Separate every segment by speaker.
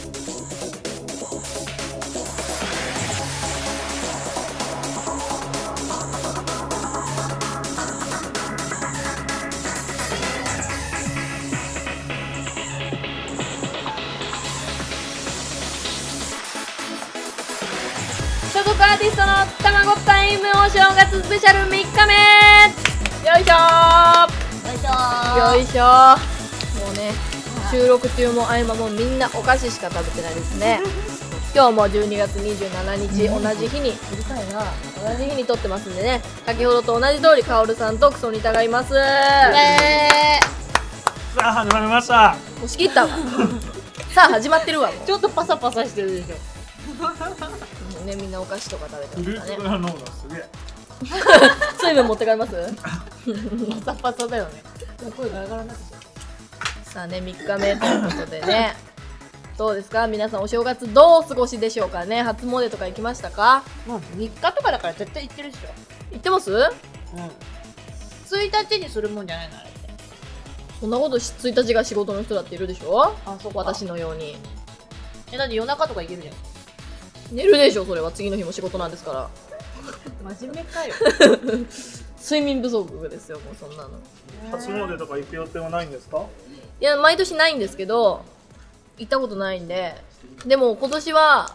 Speaker 1: 所属アーティストの卵タイムお正月スペシャル3日目よいしょ
Speaker 2: よいし
Speaker 1: ー
Speaker 2: ょ
Speaker 1: よいしょーもうね収録中も合間もみんなお菓子しか食べてないです ね今日も12月27日、同じ日にうるさいな同じ日に撮ってますんでね先ほどと同じ通りカオルさんとクソにたがいます
Speaker 3: さあ始まりました
Speaker 1: もう仕切 ったわさあ始まってるわも
Speaker 2: ちょっとパサパサしてるでしょ
Speaker 1: うもうねみんなお菓子とか食
Speaker 3: フ
Speaker 1: べて
Speaker 3: ル
Speaker 1: ますから
Speaker 3: ーツグ
Speaker 1: ね
Speaker 3: ラノーラすげえ
Speaker 1: 水分持って帰ります
Speaker 2: パサパサだよね声ガラガラになってき
Speaker 1: さあね3日目ということでね どうですか皆さんお正月どうお過ごしでしょうかね初詣とか行きましたか
Speaker 2: もう3日とかだから絶対行ってるでしょ
Speaker 1: 行ってます
Speaker 2: 1日にするもんじゃないのあれって
Speaker 1: そんなことし1日が仕事の人だっているでしょ
Speaker 2: あそ
Speaker 1: 私のように
Speaker 2: えだって夜中とか行けるじ
Speaker 1: 寝るでしょそれは次の日も仕事なんですから
Speaker 2: ゃん真面目かよ
Speaker 1: 睡眠不足ですよもうそんなの
Speaker 3: 初詣とか行く予定はないんですか
Speaker 1: いや毎年ないんですけど行ったことないんででも今年は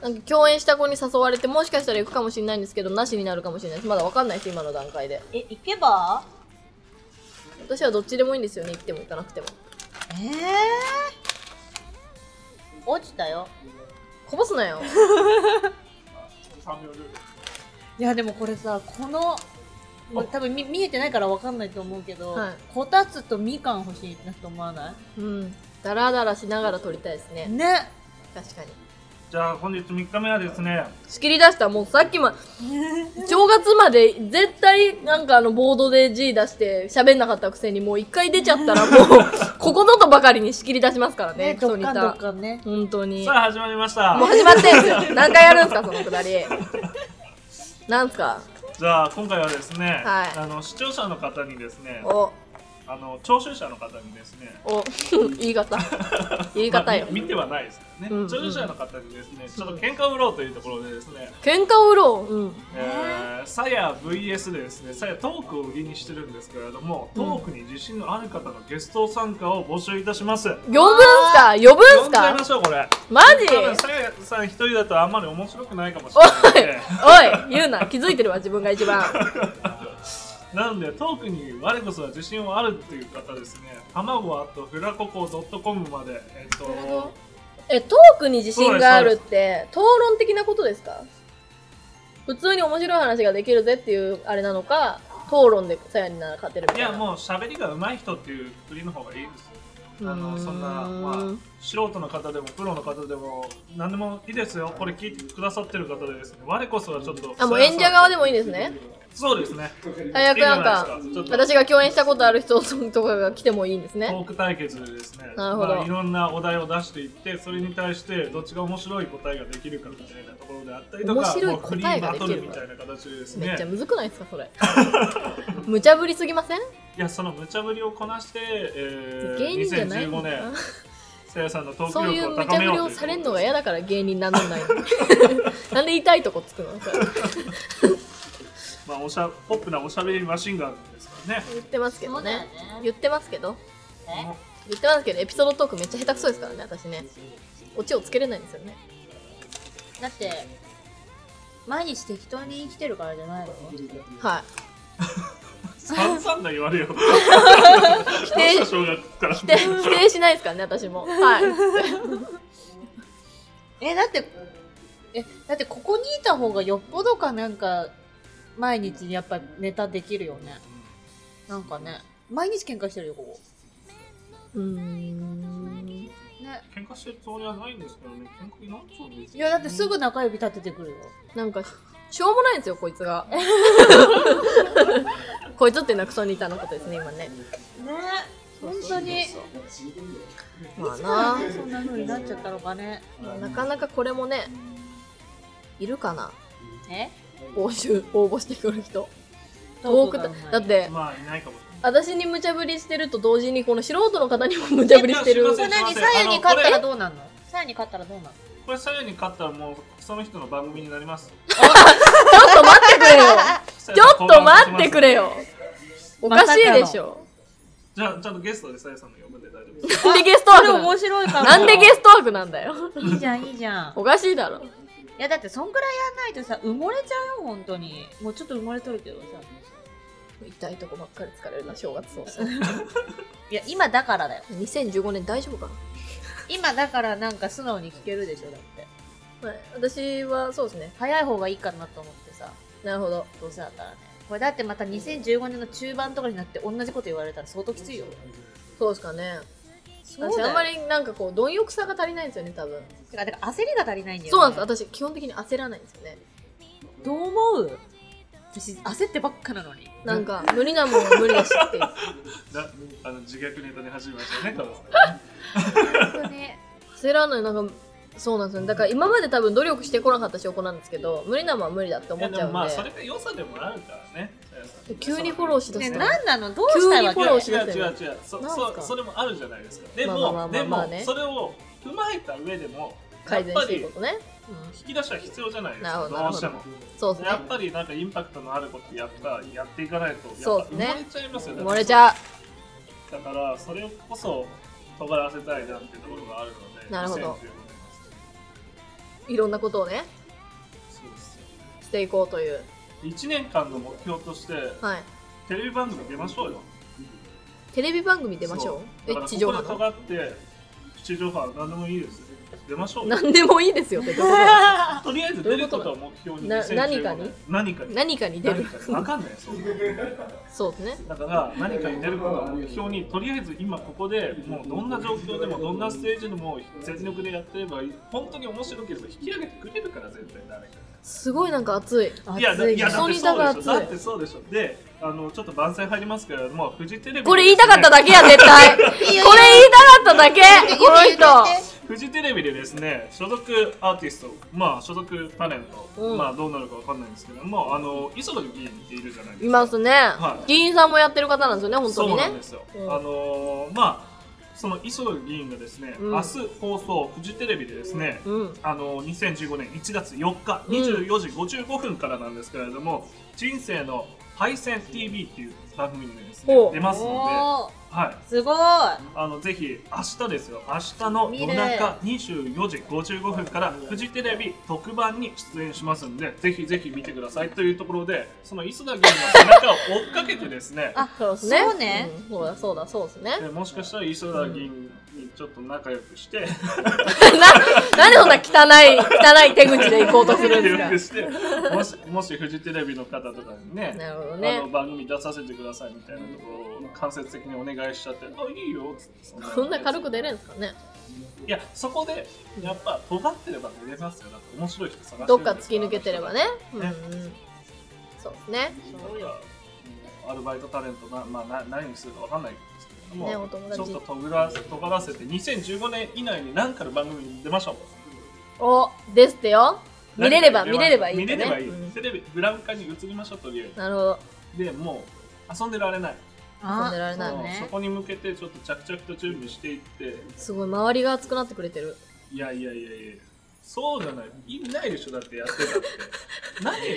Speaker 1: なんか共演した子に誘われてもしかしたら行くかもしれないんですけどなしになるかもしれないですまだわかんないです今の段階で
Speaker 2: え行けば
Speaker 1: 私はどっちでもいいんですよね行っても行かなくても
Speaker 2: ええ落ちたよ
Speaker 1: こぼす なよ
Speaker 3: 3秒ルール
Speaker 2: いやでもこれさこのまあ多分見見えてないからわかんないと思うけど、
Speaker 1: はい
Speaker 2: こたつとみかん欲しいなって思わな
Speaker 1: うんダラダラしながら撮りたいです
Speaker 2: い
Speaker 1: ね
Speaker 2: ね
Speaker 1: 確かに
Speaker 3: じゃあ本日3日目はですね
Speaker 1: 仕切り出したもうさっき ま正月まで絶対なんかあのボードで G 出して喋んなかったくせにもう一回出ちゃったら もうここぞとばかりに仕切り出しますからね
Speaker 2: ね
Speaker 1: ク
Speaker 2: ど
Speaker 1: ソ
Speaker 2: っ
Speaker 1: ニ
Speaker 2: かん
Speaker 1: タ
Speaker 2: どっかんね
Speaker 1: 本当に
Speaker 3: さあ始まり ました
Speaker 1: もう始まってんすよ何回やるんすかそのくだりなんすか
Speaker 3: じゃあ今回はですね、
Speaker 1: はい
Speaker 3: あの視聴者の方にですね
Speaker 1: お
Speaker 3: あの聴取者の方にですね
Speaker 1: お 言い方言い方よ
Speaker 3: まあみ見てはないですけど
Speaker 1: うん
Speaker 3: ね、
Speaker 1: うん
Speaker 3: 聴取者の方にですねちょっと喧嘩売ろうというところでですね、
Speaker 1: 喧嘩を売ろう、うん、
Speaker 3: えーさや VS でですねさやトークを売りにしてるんですけれどもトークに自信のある方のゲスト参加を募集いたします、
Speaker 1: 呼ぶんすか呼ぶん
Speaker 3: 呼
Speaker 1: す
Speaker 3: んじゃい
Speaker 1: か
Speaker 3: ましょうこれ
Speaker 1: マジ
Speaker 3: 多分さやさん一人だとあんまり面白くないかもしれないので
Speaker 1: おい言うな気づいてるわ自分が一 番
Speaker 3: なのでトークに我こそは自信はあるっていう方ですね卵はあとフラココ .com までえっと
Speaker 1: えトークに自信があるって討論的なことですか普通に面白い話ができるぜっていうあれなのか討論でさやになら勝てるみ
Speaker 3: い
Speaker 1: たいな
Speaker 3: やもう喋りが上手い人っていう振りの方がいいですよあ
Speaker 1: うー
Speaker 3: の
Speaker 1: ん
Speaker 3: そんな、まあ、素人の方でもプロの方でも何でもいいですよこれ聞いてくださってる方でですね我こそはちょっと
Speaker 1: あもう演者側でもいいですね
Speaker 3: そうですね
Speaker 1: 最悪なんか
Speaker 3: いいじゃないですかちょっと
Speaker 1: 私が共演したことある人とかが来てもいいんです
Speaker 3: ト
Speaker 1: ね
Speaker 3: ーク対決でですね
Speaker 1: なるほど
Speaker 3: まあ、いろんなお題を出していってそれに対してどっちが面白い答えができるかみたいなところであったりとか
Speaker 1: 面白い
Speaker 3: もうフリ
Speaker 1: 答え
Speaker 3: ー
Speaker 1: が
Speaker 3: バ
Speaker 1: でき
Speaker 3: ト
Speaker 1: る
Speaker 3: ルみたいな形でです
Speaker 1: めっ
Speaker 3: ね
Speaker 1: ちゃむずくないですか それ無茶ぶりすぎません
Speaker 3: いやその無茶ぶりをこなして、えー、
Speaker 1: 芸人じゃないの
Speaker 3: 2015
Speaker 1: かな
Speaker 3: 年さやさんのトー
Speaker 1: そう
Speaker 3: ク
Speaker 1: いう
Speaker 3: 力を
Speaker 1: 無
Speaker 3: 高
Speaker 1: 茶
Speaker 3: め
Speaker 1: ぶ
Speaker 3: よう
Speaker 1: りを
Speaker 3: という
Speaker 1: されるのが嫌だ から芸人なんで もないのなんで痛いとこつくのそれ
Speaker 3: まあおしゃポップなおしゃべりマシンガンですからね
Speaker 1: 言ってますけどね言ってますけど
Speaker 2: え
Speaker 1: 言ってますけどエピソードトークめっちゃ下手くそですからね私ねオチをつけれないんですよね
Speaker 2: だって毎日適当に生きてるからじゃないの
Speaker 1: はい
Speaker 3: 散々な言われ
Speaker 1: 否
Speaker 3: よどうし
Speaker 1: 定
Speaker 3: た
Speaker 1: し
Speaker 3: 小学から
Speaker 1: 否定否定しないですからね私も はい
Speaker 2: えだってえだってここにいた方がよっぽどかなんか毎日やっぱネタできるよねなんかね毎日喧嘩してるよここ
Speaker 1: うーん
Speaker 2: ね
Speaker 3: 喧嘩してるつもりはないんですけどね喧嘩になっちゃうんです
Speaker 2: い
Speaker 3: よ
Speaker 2: やだってすぐ中指立ててくるよ
Speaker 1: なんかしょうもないんですよこいつ がこいつっていうのはクソニータのことですね今ね
Speaker 2: ね
Speaker 1: そう
Speaker 2: 本当に
Speaker 1: まあな
Speaker 2: そんな風になっちゃったのかね
Speaker 1: なかなかこれもねいるかな
Speaker 2: え
Speaker 1: 応募応募してくる人遠くだだって
Speaker 3: まあいないかもしれない
Speaker 1: 私に無茶ぶりしてると同時にこの素人の方にも無茶ぶりしてる
Speaker 3: えっとすい
Speaker 2: そ
Speaker 3: ま
Speaker 2: れ
Speaker 3: せん
Speaker 2: 何左右に勝ったら
Speaker 3: あのこれ
Speaker 2: どうなんの左右に勝ったらどうなんの
Speaker 3: これ左右に勝ったらもうその人の番組になります
Speaker 1: ちょっと待ってくれよ ちょっと待ってくれよおかしいでしょ、
Speaker 3: じゃあちゃんとゲストでさやさんの呼ぶんで大丈夫です
Speaker 1: なんでゲストワー
Speaker 2: そ
Speaker 1: ク
Speaker 2: れ
Speaker 1: なの
Speaker 2: 面白いから
Speaker 1: なんでゲストワークなんだ よ
Speaker 2: いいじゃんいいじゃん
Speaker 1: おかしいだろ
Speaker 2: いやだってそんくらいやんないとさ埋もれちゃうよ本当にもうちょっと埋もれとるけどさ
Speaker 1: 痛いとこばっかり疲れるな正月そうそう
Speaker 2: いや今だからだよ
Speaker 1: 2015年大丈夫かな
Speaker 2: 今だからなんか素直に聞けるでしょだって
Speaker 1: はい私はそうですね
Speaker 2: 早い方がいいかなと思ってさ
Speaker 1: なるほど
Speaker 2: どうせだったらねこれだってまた2015年の中盤とかになって同じこと言われたら相当きついよ
Speaker 1: そうですかね
Speaker 2: そう
Speaker 1: 私あんま
Speaker 2: り
Speaker 1: りなんかこう貪欲さが足りないんですよね多分
Speaker 2: てかてか焦りが足りないんだよ、ね、
Speaker 1: そうなんです私基本的に焦らないんですよね
Speaker 2: どう思う私焦ってばっかなのに
Speaker 1: なんか無理なもんは無理だしっていう
Speaker 3: なあの自虐ネタで始めましたよね多分
Speaker 2: 本当に
Speaker 1: 焦らないなんかそうなんですよねだから今まで多分努力してこなかった証拠なんですけど無理なもんは無理だって
Speaker 3: い
Speaker 1: 思
Speaker 3: や
Speaker 1: っち
Speaker 3: で
Speaker 1: ゃ
Speaker 3: もまあ
Speaker 1: う
Speaker 3: そ
Speaker 1: ん
Speaker 3: れ
Speaker 1: で
Speaker 3: が良さでもあるからねさやさん
Speaker 1: 急にフォローしだ
Speaker 2: ね
Speaker 1: す
Speaker 2: 何なのどうしたいわ
Speaker 1: フ
Speaker 2: け
Speaker 1: ォローし
Speaker 3: いや
Speaker 1: なさい
Speaker 3: 違う違う違うそ
Speaker 1: なんすか
Speaker 3: そそれもあるじゃないですかでも、
Speaker 1: まあまあまあまあまあね
Speaker 3: でもそれを踏まえた上でもやっ
Speaker 1: 改善
Speaker 3: ぱ
Speaker 1: してい
Speaker 3: り
Speaker 1: くことね、
Speaker 3: 引き出しは必要じゃないです
Speaker 1: なる
Speaker 3: か
Speaker 1: ほどな
Speaker 3: ど
Speaker 1: る
Speaker 3: う
Speaker 1: ほ
Speaker 3: し
Speaker 1: ど
Speaker 3: ても
Speaker 1: うん、そうです
Speaker 3: やっ
Speaker 1: ね
Speaker 3: ぱりなんかインパクトのあることやったやっていかないと
Speaker 1: そう
Speaker 3: やっ
Speaker 1: っ
Speaker 3: ぱ
Speaker 1: す
Speaker 3: 埋
Speaker 1: ね
Speaker 3: もれちゃいますよね
Speaker 1: 埋もれちゃう
Speaker 3: だからそれこそ尖らせたいなっていうところがあるので
Speaker 1: なるほど
Speaker 3: 2015年
Speaker 1: いろんなことをね
Speaker 3: そうですよ
Speaker 1: していこうという
Speaker 3: 1年間の目標として
Speaker 1: はい
Speaker 3: テレビ番組出ましょうよ
Speaker 1: テレビ番組出ましょう
Speaker 3: だか
Speaker 1: え
Speaker 3: ら
Speaker 1: 地上波
Speaker 3: ここ
Speaker 1: の
Speaker 3: で尖って地上波何でもいいです出ま しょうよ
Speaker 1: 何でもいいですよってことだ
Speaker 3: とりあえず出ることを目標に
Speaker 1: な
Speaker 3: 2015
Speaker 1: 何かに
Speaker 3: 何かに
Speaker 1: 何かに出
Speaker 3: 何
Speaker 1: る
Speaker 3: かにわかんないですよ
Speaker 1: そうですね
Speaker 3: だから何かに出ることを目標にとりあえず今ここでもうどんな状況でもどんなステージでも全力でやってればいい本当に面白ければ引き上げてくれるから絶対誰か
Speaker 1: すごいなんか熱い
Speaker 3: いやだいやだっ
Speaker 1: 本当
Speaker 3: てそう
Speaker 1: にだから
Speaker 3: で
Speaker 1: 熱
Speaker 3: し
Speaker 1: い
Speaker 3: ょだってそうでしょであのちょっと万歳入りますけどもうフジテレビ
Speaker 1: これ言いたかっただけや絶対これ言いたかっただけこの人
Speaker 3: フジテレビでですね所属アーティストまあ所属タレント、
Speaker 1: うん
Speaker 3: まあどうなるかわかんないんですけどもあの磯野議員っているじゃないですか
Speaker 1: いますね、
Speaker 3: はい
Speaker 1: 議員さんもやってる方なんですよね本当
Speaker 3: そう
Speaker 1: に
Speaker 3: なん
Speaker 1: ね
Speaker 3: ですよ、
Speaker 1: うん
Speaker 3: あのーまあその磯野議員がですね、
Speaker 1: うん
Speaker 3: 明日放送フジテレビでですね、
Speaker 1: うん
Speaker 3: あのー2015年1月4日
Speaker 1: うん
Speaker 3: 24時55分からなんですけれども「人生の敗戦 TV」っていう番組にですね
Speaker 1: ほう
Speaker 3: 出ますので、
Speaker 2: おー
Speaker 3: はい、
Speaker 2: すごい
Speaker 3: あのぜひ明日ですよ明日の
Speaker 2: 見
Speaker 3: 夜
Speaker 2: る
Speaker 3: 中24時55分からフジテレビ特番に出演しますんでぜひぜひ見てくださいというところでその磯田議員の背中を追っかけてですね
Speaker 2: あ
Speaker 1: そうですね
Speaker 2: そうね、
Speaker 1: うんそうだそうだそうですね
Speaker 3: でもしかしたら磯田議員にちょっと仲良くして、
Speaker 1: ななんでそんな汚い汚い手口で行こうとするんです
Speaker 3: 仲良
Speaker 1: か
Speaker 3: くしてもしもしフジテレビの方とかにね
Speaker 1: なるほど
Speaker 3: あの
Speaker 1: ね
Speaker 3: 番組出させてくださいみたいなところを間接的にお願いしちゃって「あいいよ」つって
Speaker 1: そんな軽く出れ
Speaker 3: い
Speaker 1: るんですかね
Speaker 3: やそこでやっぱ尖ってれば出れますよだって面白い人探してるんですら
Speaker 1: どっか突き抜けてればねうんう
Speaker 3: ね
Speaker 1: んそうですね
Speaker 3: そうよアルバイトタレントな、まあ、な何にするかわかんないですけども、
Speaker 1: ねお友達
Speaker 3: ちょっととぐら尖らせて2015年以内に何かの番組に出ましょう
Speaker 1: おですってよ見れれば見れればいい
Speaker 3: 見
Speaker 1: ん
Speaker 3: れ
Speaker 1: だ
Speaker 3: れ
Speaker 1: ね
Speaker 3: ばいい、
Speaker 1: うん
Speaker 3: テレビブラウン管に移りましょうとりあえ
Speaker 1: なるほど
Speaker 3: ずでもう遊んでられない
Speaker 1: 遊んでられない
Speaker 3: もうそ
Speaker 2: ね
Speaker 3: こに向けてちょっと着々と準備していって
Speaker 1: すごい周りが熱くなってくれてる
Speaker 3: いやいやいやいやそうじゃない意味ないでしょだってやってたって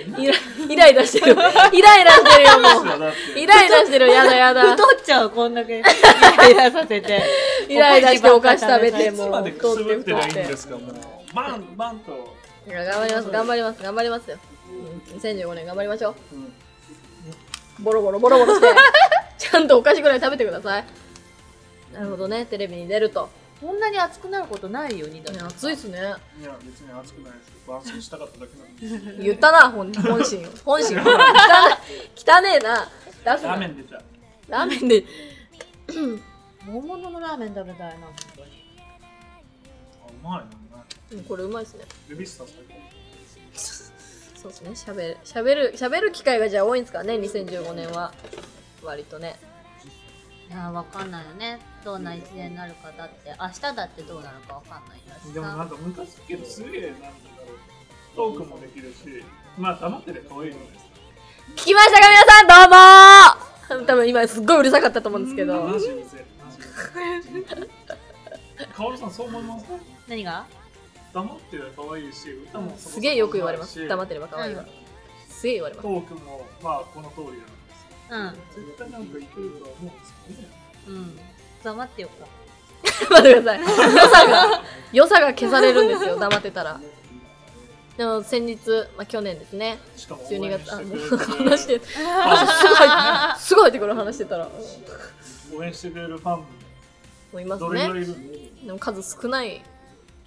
Speaker 3: 何 何
Speaker 1: イライライラ してるイライラしてるよもう
Speaker 3: そうですよだっ
Speaker 1: イ
Speaker 3: て
Speaker 1: ライラしてるやだやだ
Speaker 2: 太っちゃうこんだ けイライラさせて
Speaker 1: イライラしてお菓子食べて
Speaker 3: いつ
Speaker 1: も
Speaker 3: ま
Speaker 1: う
Speaker 3: でく
Speaker 1: 太
Speaker 3: す
Speaker 1: って
Speaker 3: ぶっ
Speaker 1: 太
Speaker 3: てり
Speaker 1: っ
Speaker 3: ゃいいんで
Speaker 1: て
Speaker 3: すかもうバンバンと、
Speaker 1: いや頑張ります頑張ります頑張りますようん2015年頑張りましょ
Speaker 3: うん
Speaker 1: うボロボロボロボロして ちゃんとお菓子ぐらい食べてくださいなるほどねテレビに出ると
Speaker 2: こんなに熱くなることないよ二度
Speaker 1: い
Speaker 2: と
Speaker 1: や熱いっすね
Speaker 3: いや、別に熱くないですけど、安心したかっただけなんです。
Speaker 1: 言ったな本本心を本心汚汚ねえな出す
Speaker 3: ラー
Speaker 1: な
Speaker 3: メン出ちゃう。
Speaker 1: ラーメンで
Speaker 2: 本物のラーメン食べたいな本当に
Speaker 3: あうまいな、うまい。
Speaker 1: うんこれうまいっすね
Speaker 3: 指さす
Speaker 1: そうですね、喋る、喋る、喋る機会がじゃあ多いんですかね、2015年は。割とね。
Speaker 2: いやわかんないよねどんな一年になるかだって明日だってどうなるかわかんないだし
Speaker 3: でもな
Speaker 2: さ
Speaker 3: んか昔けどすげえなんだろうトークもできるしまあ黙ってて可愛いじゃないですか
Speaker 1: 聞きましたか皆さんどうもー多 分今すっごいうるさかったと思うんですけど
Speaker 3: 72歳72歳カオルさんそう思います
Speaker 2: 何が
Speaker 3: 黙ってて可愛いし歌も
Speaker 1: すげえよく言われます黙っててれば可愛いわ
Speaker 2: うん
Speaker 1: すげえ言われま
Speaker 3: ト
Speaker 1: す
Speaker 3: ークもまあこの通りなんです
Speaker 2: うん
Speaker 3: よ絶対なんかいけるとは思うんですけどね
Speaker 2: うん黙ってよこう
Speaker 1: 待ってください良さが良さが消されるんですよ黙ってたらでも先日、まあ、去年ですね
Speaker 3: しかも応
Speaker 1: 12
Speaker 3: 援
Speaker 1: 月
Speaker 3: し
Speaker 1: あ
Speaker 3: て
Speaker 1: も
Speaker 3: く
Speaker 1: う
Speaker 3: れる
Speaker 1: 話してすぐ入ってすぐ入ってくる話してたらも
Speaker 3: 応援してくれるファン
Speaker 1: ういます
Speaker 3: どれぐら
Speaker 1: ね
Speaker 3: いいるんで
Speaker 1: でも数少ない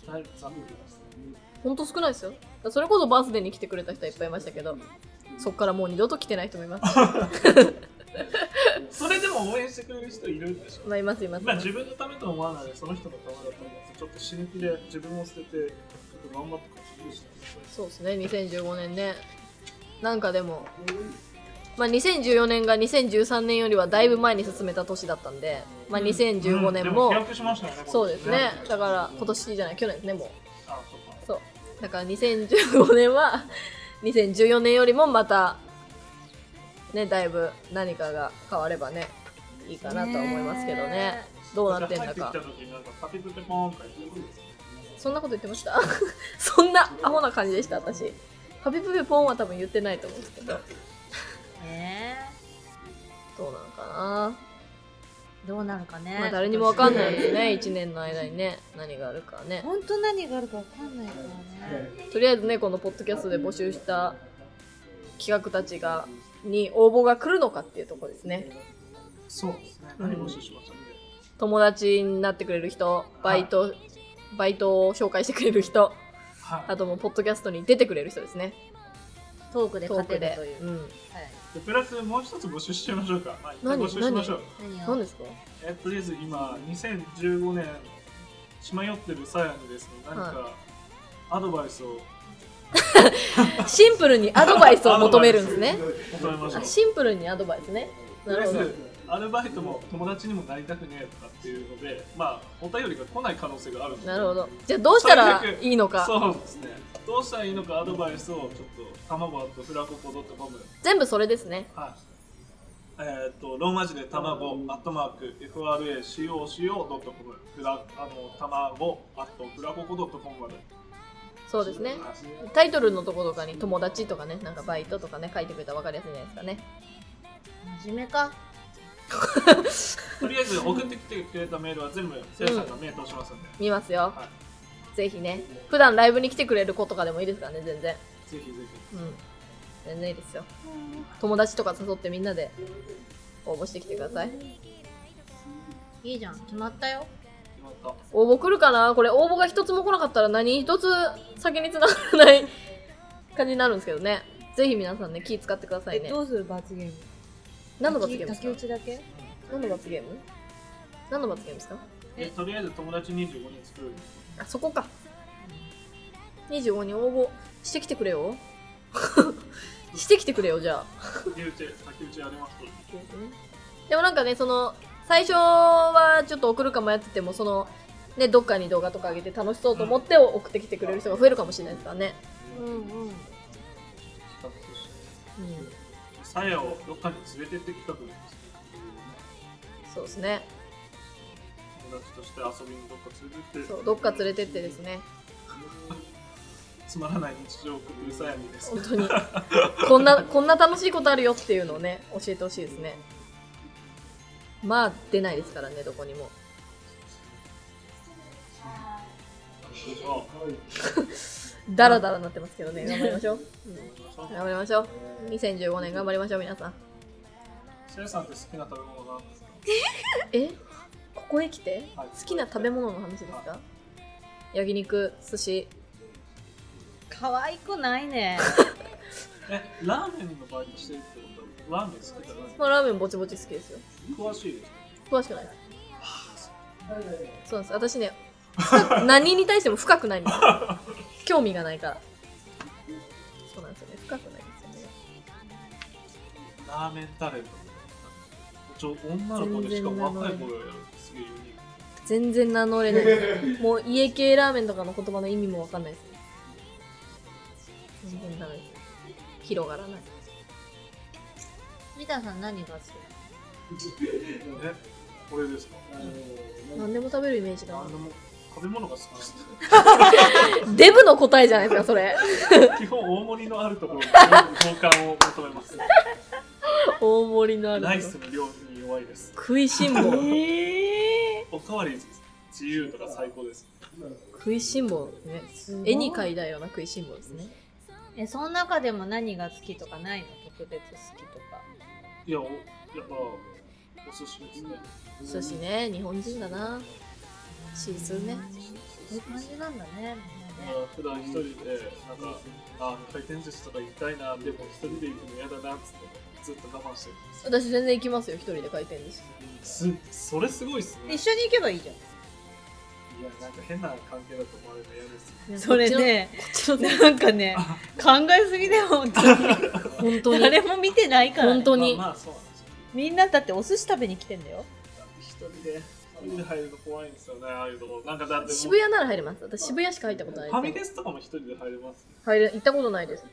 Speaker 3: はい残念です
Speaker 1: ほんと少ないですよそれこそバースデーに来てくれた人はいっぱいいましたけどそっからもう二度と来てない人もいます
Speaker 3: それでも応援してくれる人いるんでしょ
Speaker 1: まあいますいます
Speaker 3: まあ自分のためとは思わないでその人のためだと思ってちょっと死ぬ気で自分を捨ててちょっと頑張ってほしい
Speaker 1: そうですね2015年ねなんかでも、まあ、2014年が2013年よりはだいぶ前に進めた年だったんで、まあ、2015年も
Speaker 3: うんで飛躍しましたよね
Speaker 1: そうですねだから今年じゃない去年ですねもう
Speaker 3: あそっか
Speaker 1: そうだから2015年は2014年よりもまたねだいぶ何かが変わればねいいかなとは思いますけどね
Speaker 2: ね
Speaker 1: どうなってんだ
Speaker 3: じゃあ
Speaker 1: か
Speaker 3: 入ってきた時になんかパピプテポーンか言ってくるんですよ
Speaker 1: そんなこと言ってました そんなアホな感じでした私ハピプペポンは多分言ってないと思うんですけど
Speaker 2: え
Speaker 1: どうなのかな
Speaker 2: ー、どうなるかね
Speaker 1: まあ誰にもわかんないですね1年の間にね何があるかね
Speaker 2: 本当何があるかわかんないからね
Speaker 1: とりあえずねこのポッドキャストで募集した企画たちがに応募が来るのかっていうところですね
Speaker 3: そうですね何募集しましたっ
Speaker 1: 友達になってくれる人バイト、バイトを紹介してくれる人
Speaker 3: け
Speaker 1: あともうポッドキャストに出てくれる人ですね
Speaker 2: トークで
Speaker 1: トー
Speaker 2: 勝て
Speaker 1: ク
Speaker 2: る
Speaker 1: で
Speaker 2: という、
Speaker 1: うん、
Speaker 2: はい
Speaker 3: でプラスもう一つ募集しちゃいましょうか、まあ、一回
Speaker 1: 何
Speaker 3: 募集しましょう
Speaker 2: 何を
Speaker 1: 何ですか
Speaker 3: えとりあえず今2015年血迷ってるさやにですね何かアドバイスを
Speaker 1: シンプルにアドバイスを求めるんですね
Speaker 3: 求めましょ
Speaker 1: あ
Speaker 3: う
Speaker 1: シンプルにアドバイスね
Speaker 3: と
Speaker 1: な
Speaker 3: りあ
Speaker 1: る
Speaker 3: え
Speaker 1: ほど
Speaker 3: ずアルバイトも友達にもなりたくねえとかっていうのでまあお便りが来ない可能性があるんで
Speaker 1: なるほどじゃあどうしたら
Speaker 3: 最悪
Speaker 1: いいのか
Speaker 3: そうですねどうしたらいいのかアドバイスをちょっと卵とフラココドットコム
Speaker 1: 全部それですね
Speaker 3: はいえーっとローマ字で卵アットマーク FRACOCO ドットコムフラあの卵アットフラココドットコムまで
Speaker 1: そうですね
Speaker 3: はい
Speaker 1: タイトルのとことかに友達とかね、なんかバイトとかね、書いてくれたら分かりやすいんじゃないですかね。
Speaker 2: 真面目か
Speaker 3: とりあえず送ってきてくれたメールは全部せいさんが目通しますんで、
Speaker 1: 見ますよ。
Speaker 3: は
Speaker 1: ぜひね。普段ライブに来てくれる子とかでもいいですからね、全然。
Speaker 3: ぜひぜ
Speaker 1: うん。全然いいですよ。友達とか誘ってみんなで応募してきてください。
Speaker 2: いいじゃん決まったよ
Speaker 3: ひ決まった
Speaker 1: 応募来るかなこれ応募が一つも来なかったら何一つ先に繋がらない 感じになるんですけどね。ぜひ皆さんね、気使ってくださいね。
Speaker 2: うする罰ゲーム
Speaker 1: 何の罰ゲームですか
Speaker 2: ちだけ
Speaker 1: 何の罰ゲーム何の罰ゲームですか
Speaker 3: でとりあえず友達25人作るんです
Speaker 1: あそこか25に応募してきてくれよ してきてくれよじゃあ
Speaker 3: 先打ち先打ちありますと
Speaker 1: でもなんかねその最初はちょっと送るか迷っててもそのねどっかに動画とか上げて楽しそうと思って送ってきてくれる人が増えるかもしれないですからね、
Speaker 2: うんうん
Speaker 1: うん、
Speaker 3: さやをどっかに連れてってきたくないです
Speaker 1: そうですね
Speaker 3: 友達として遊びにどっか連れてって
Speaker 1: そうどっか連れてってですね
Speaker 3: つまらない日常を送るさやにです
Speaker 1: 本当に こんなこんな楽しいことあるよっていうのをね教えてほしいですねまあ出ないですからねどこにも
Speaker 3: あ
Speaker 1: ダラダラなってますけどね頑張りましょう
Speaker 3: そう
Speaker 1: 頑張りましょう2015年頑張りましょう皆さん
Speaker 3: さやさんって好きな食べ物があるんですか
Speaker 1: えここへ来て
Speaker 3: はい
Speaker 1: 好きな食べ物の話ですか焼肉寿司
Speaker 2: 可愛くないね
Speaker 3: えラーメンのバイトしてるってことはラーメン好きだか
Speaker 1: まあラーメンぼちぼち好きですよ
Speaker 3: ら詳しいです
Speaker 1: 詳しくないそうなんです私ね深 く何に対しても深くないんですよ興味がないからそうなんですよね深くないんですよね
Speaker 3: ラーメンタレントちょ女の子でしかも若い子がやるすげえユニーク
Speaker 1: 全然名乗れ ないですもう家系ラーメンとかの言葉の意味もわかんないです全然ダメです広がらない
Speaker 2: 三田さん何が好き
Speaker 3: えこれですか、
Speaker 1: 何でも食べるイメージが
Speaker 3: あでも食べ物が好きです
Speaker 1: デブの答えじゃないですかそ れ
Speaker 3: 基本大盛りのあるところに好感を求めます
Speaker 1: 大盛りのある
Speaker 3: ライスの量に弱いです
Speaker 1: 食いしん坊
Speaker 3: おかわり自由とか最高です
Speaker 1: 食いしん坊ね
Speaker 2: すごい
Speaker 1: 絵に描いたような食いしん坊ですね
Speaker 2: えその中でも何が好きとかないの特別好きとか
Speaker 3: いやおやっぱお寿司ですね
Speaker 1: 寿司ね日本人だなシーズンね
Speaker 2: そういう感じなんだねみんなね
Speaker 3: まあ普段一人でなんかあ回転寿司とか行きたいなでも一人で行くの嫌だなっつってずっと我慢してるん
Speaker 1: 私全然行きますよ一人で回転寿司
Speaker 3: ですすそれすごいっすね
Speaker 2: 一緒に行けばいいじゃ
Speaker 3: いやなんか変な関係だと思われたら嫌です
Speaker 2: ん
Speaker 1: それね
Speaker 2: ね
Speaker 1: こっちのね
Speaker 2: なんかね考えすぎだよ本当に
Speaker 1: 本当に
Speaker 2: 誰も見てないから、
Speaker 1: 本当
Speaker 3: まあ
Speaker 1: に
Speaker 3: まあそうなんですよ
Speaker 2: みんなだってお寿司食べに来てんだよ
Speaker 3: だって一人で一人で入るの怖いんですよねああいうところなんかだってもう
Speaker 1: 渋谷なら入れます私渋谷しか入ったことない
Speaker 3: ファミレスとかも一人で入れます
Speaker 1: 入れ行ったことないです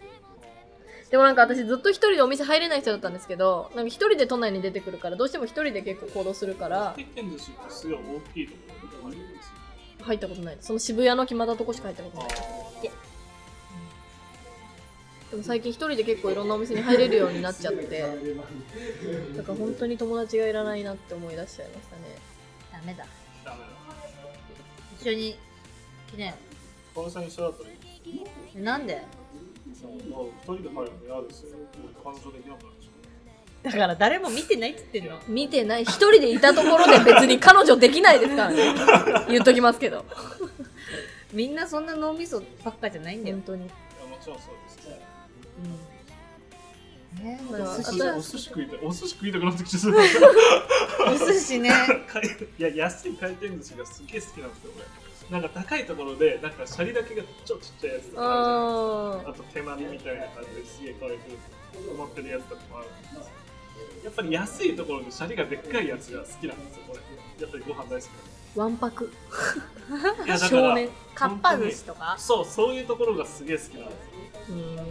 Speaker 1: でもなんか私ずっと一人でお店入れない人だったんですけどなんか一人で都内に出てくるからどうしても一人で結構行動するから
Speaker 3: 回転寿司ってすごい大きいところでですよ
Speaker 1: 入ったことないですその渋谷の決まったとこしか入ったことないでも最近一人で結構いろんなお店に入れるようになっちゃってだから本当に友達がいらないなって思い出しちゃいましたね
Speaker 2: ダメだ
Speaker 3: ダメだ
Speaker 2: 一緒に来なよ
Speaker 3: このさん一緒だったらいい
Speaker 2: えなんで
Speaker 3: そうまあ一人で入るの嫌ですよ彼女できなくなっちゃ
Speaker 2: だ
Speaker 3: う
Speaker 2: から誰も見てないって言ってんの
Speaker 1: 見てない一人でいたところで別に彼女できないですからね言っときますけど
Speaker 2: みんなそんな脳みそばっかじゃないんだよ
Speaker 1: 本、当に
Speaker 3: いやもちろんそうですね
Speaker 2: うんえ
Speaker 1: まあ
Speaker 2: お寿司
Speaker 1: あ
Speaker 3: お
Speaker 1: と
Speaker 3: 寿司食いたいお寿司 食いたくなってきちゃっ
Speaker 2: お寿司 ね
Speaker 3: たいや安い回転寿司がすげえ好きなんですよ俺なんか高いところでなんかシャリだけがちょっとちっちゃいやつとかあるじゃないですか
Speaker 1: あ
Speaker 3: あと手まりみたいな感じですげえ可愛く思ってるやつとかもあるんですやっぱり安いところでシャリがでっかいやつが好きなんですよ、これ。やっぱりご飯大好き
Speaker 1: ーわんぱく
Speaker 3: なんで。いや、だか
Speaker 1: 少
Speaker 3: ら
Speaker 1: 年、
Speaker 2: かっぱ寿司とか
Speaker 3: そう、そういうところがすげえ好きなんですよ。
Speaker 1: うーん
Speaker 3: いや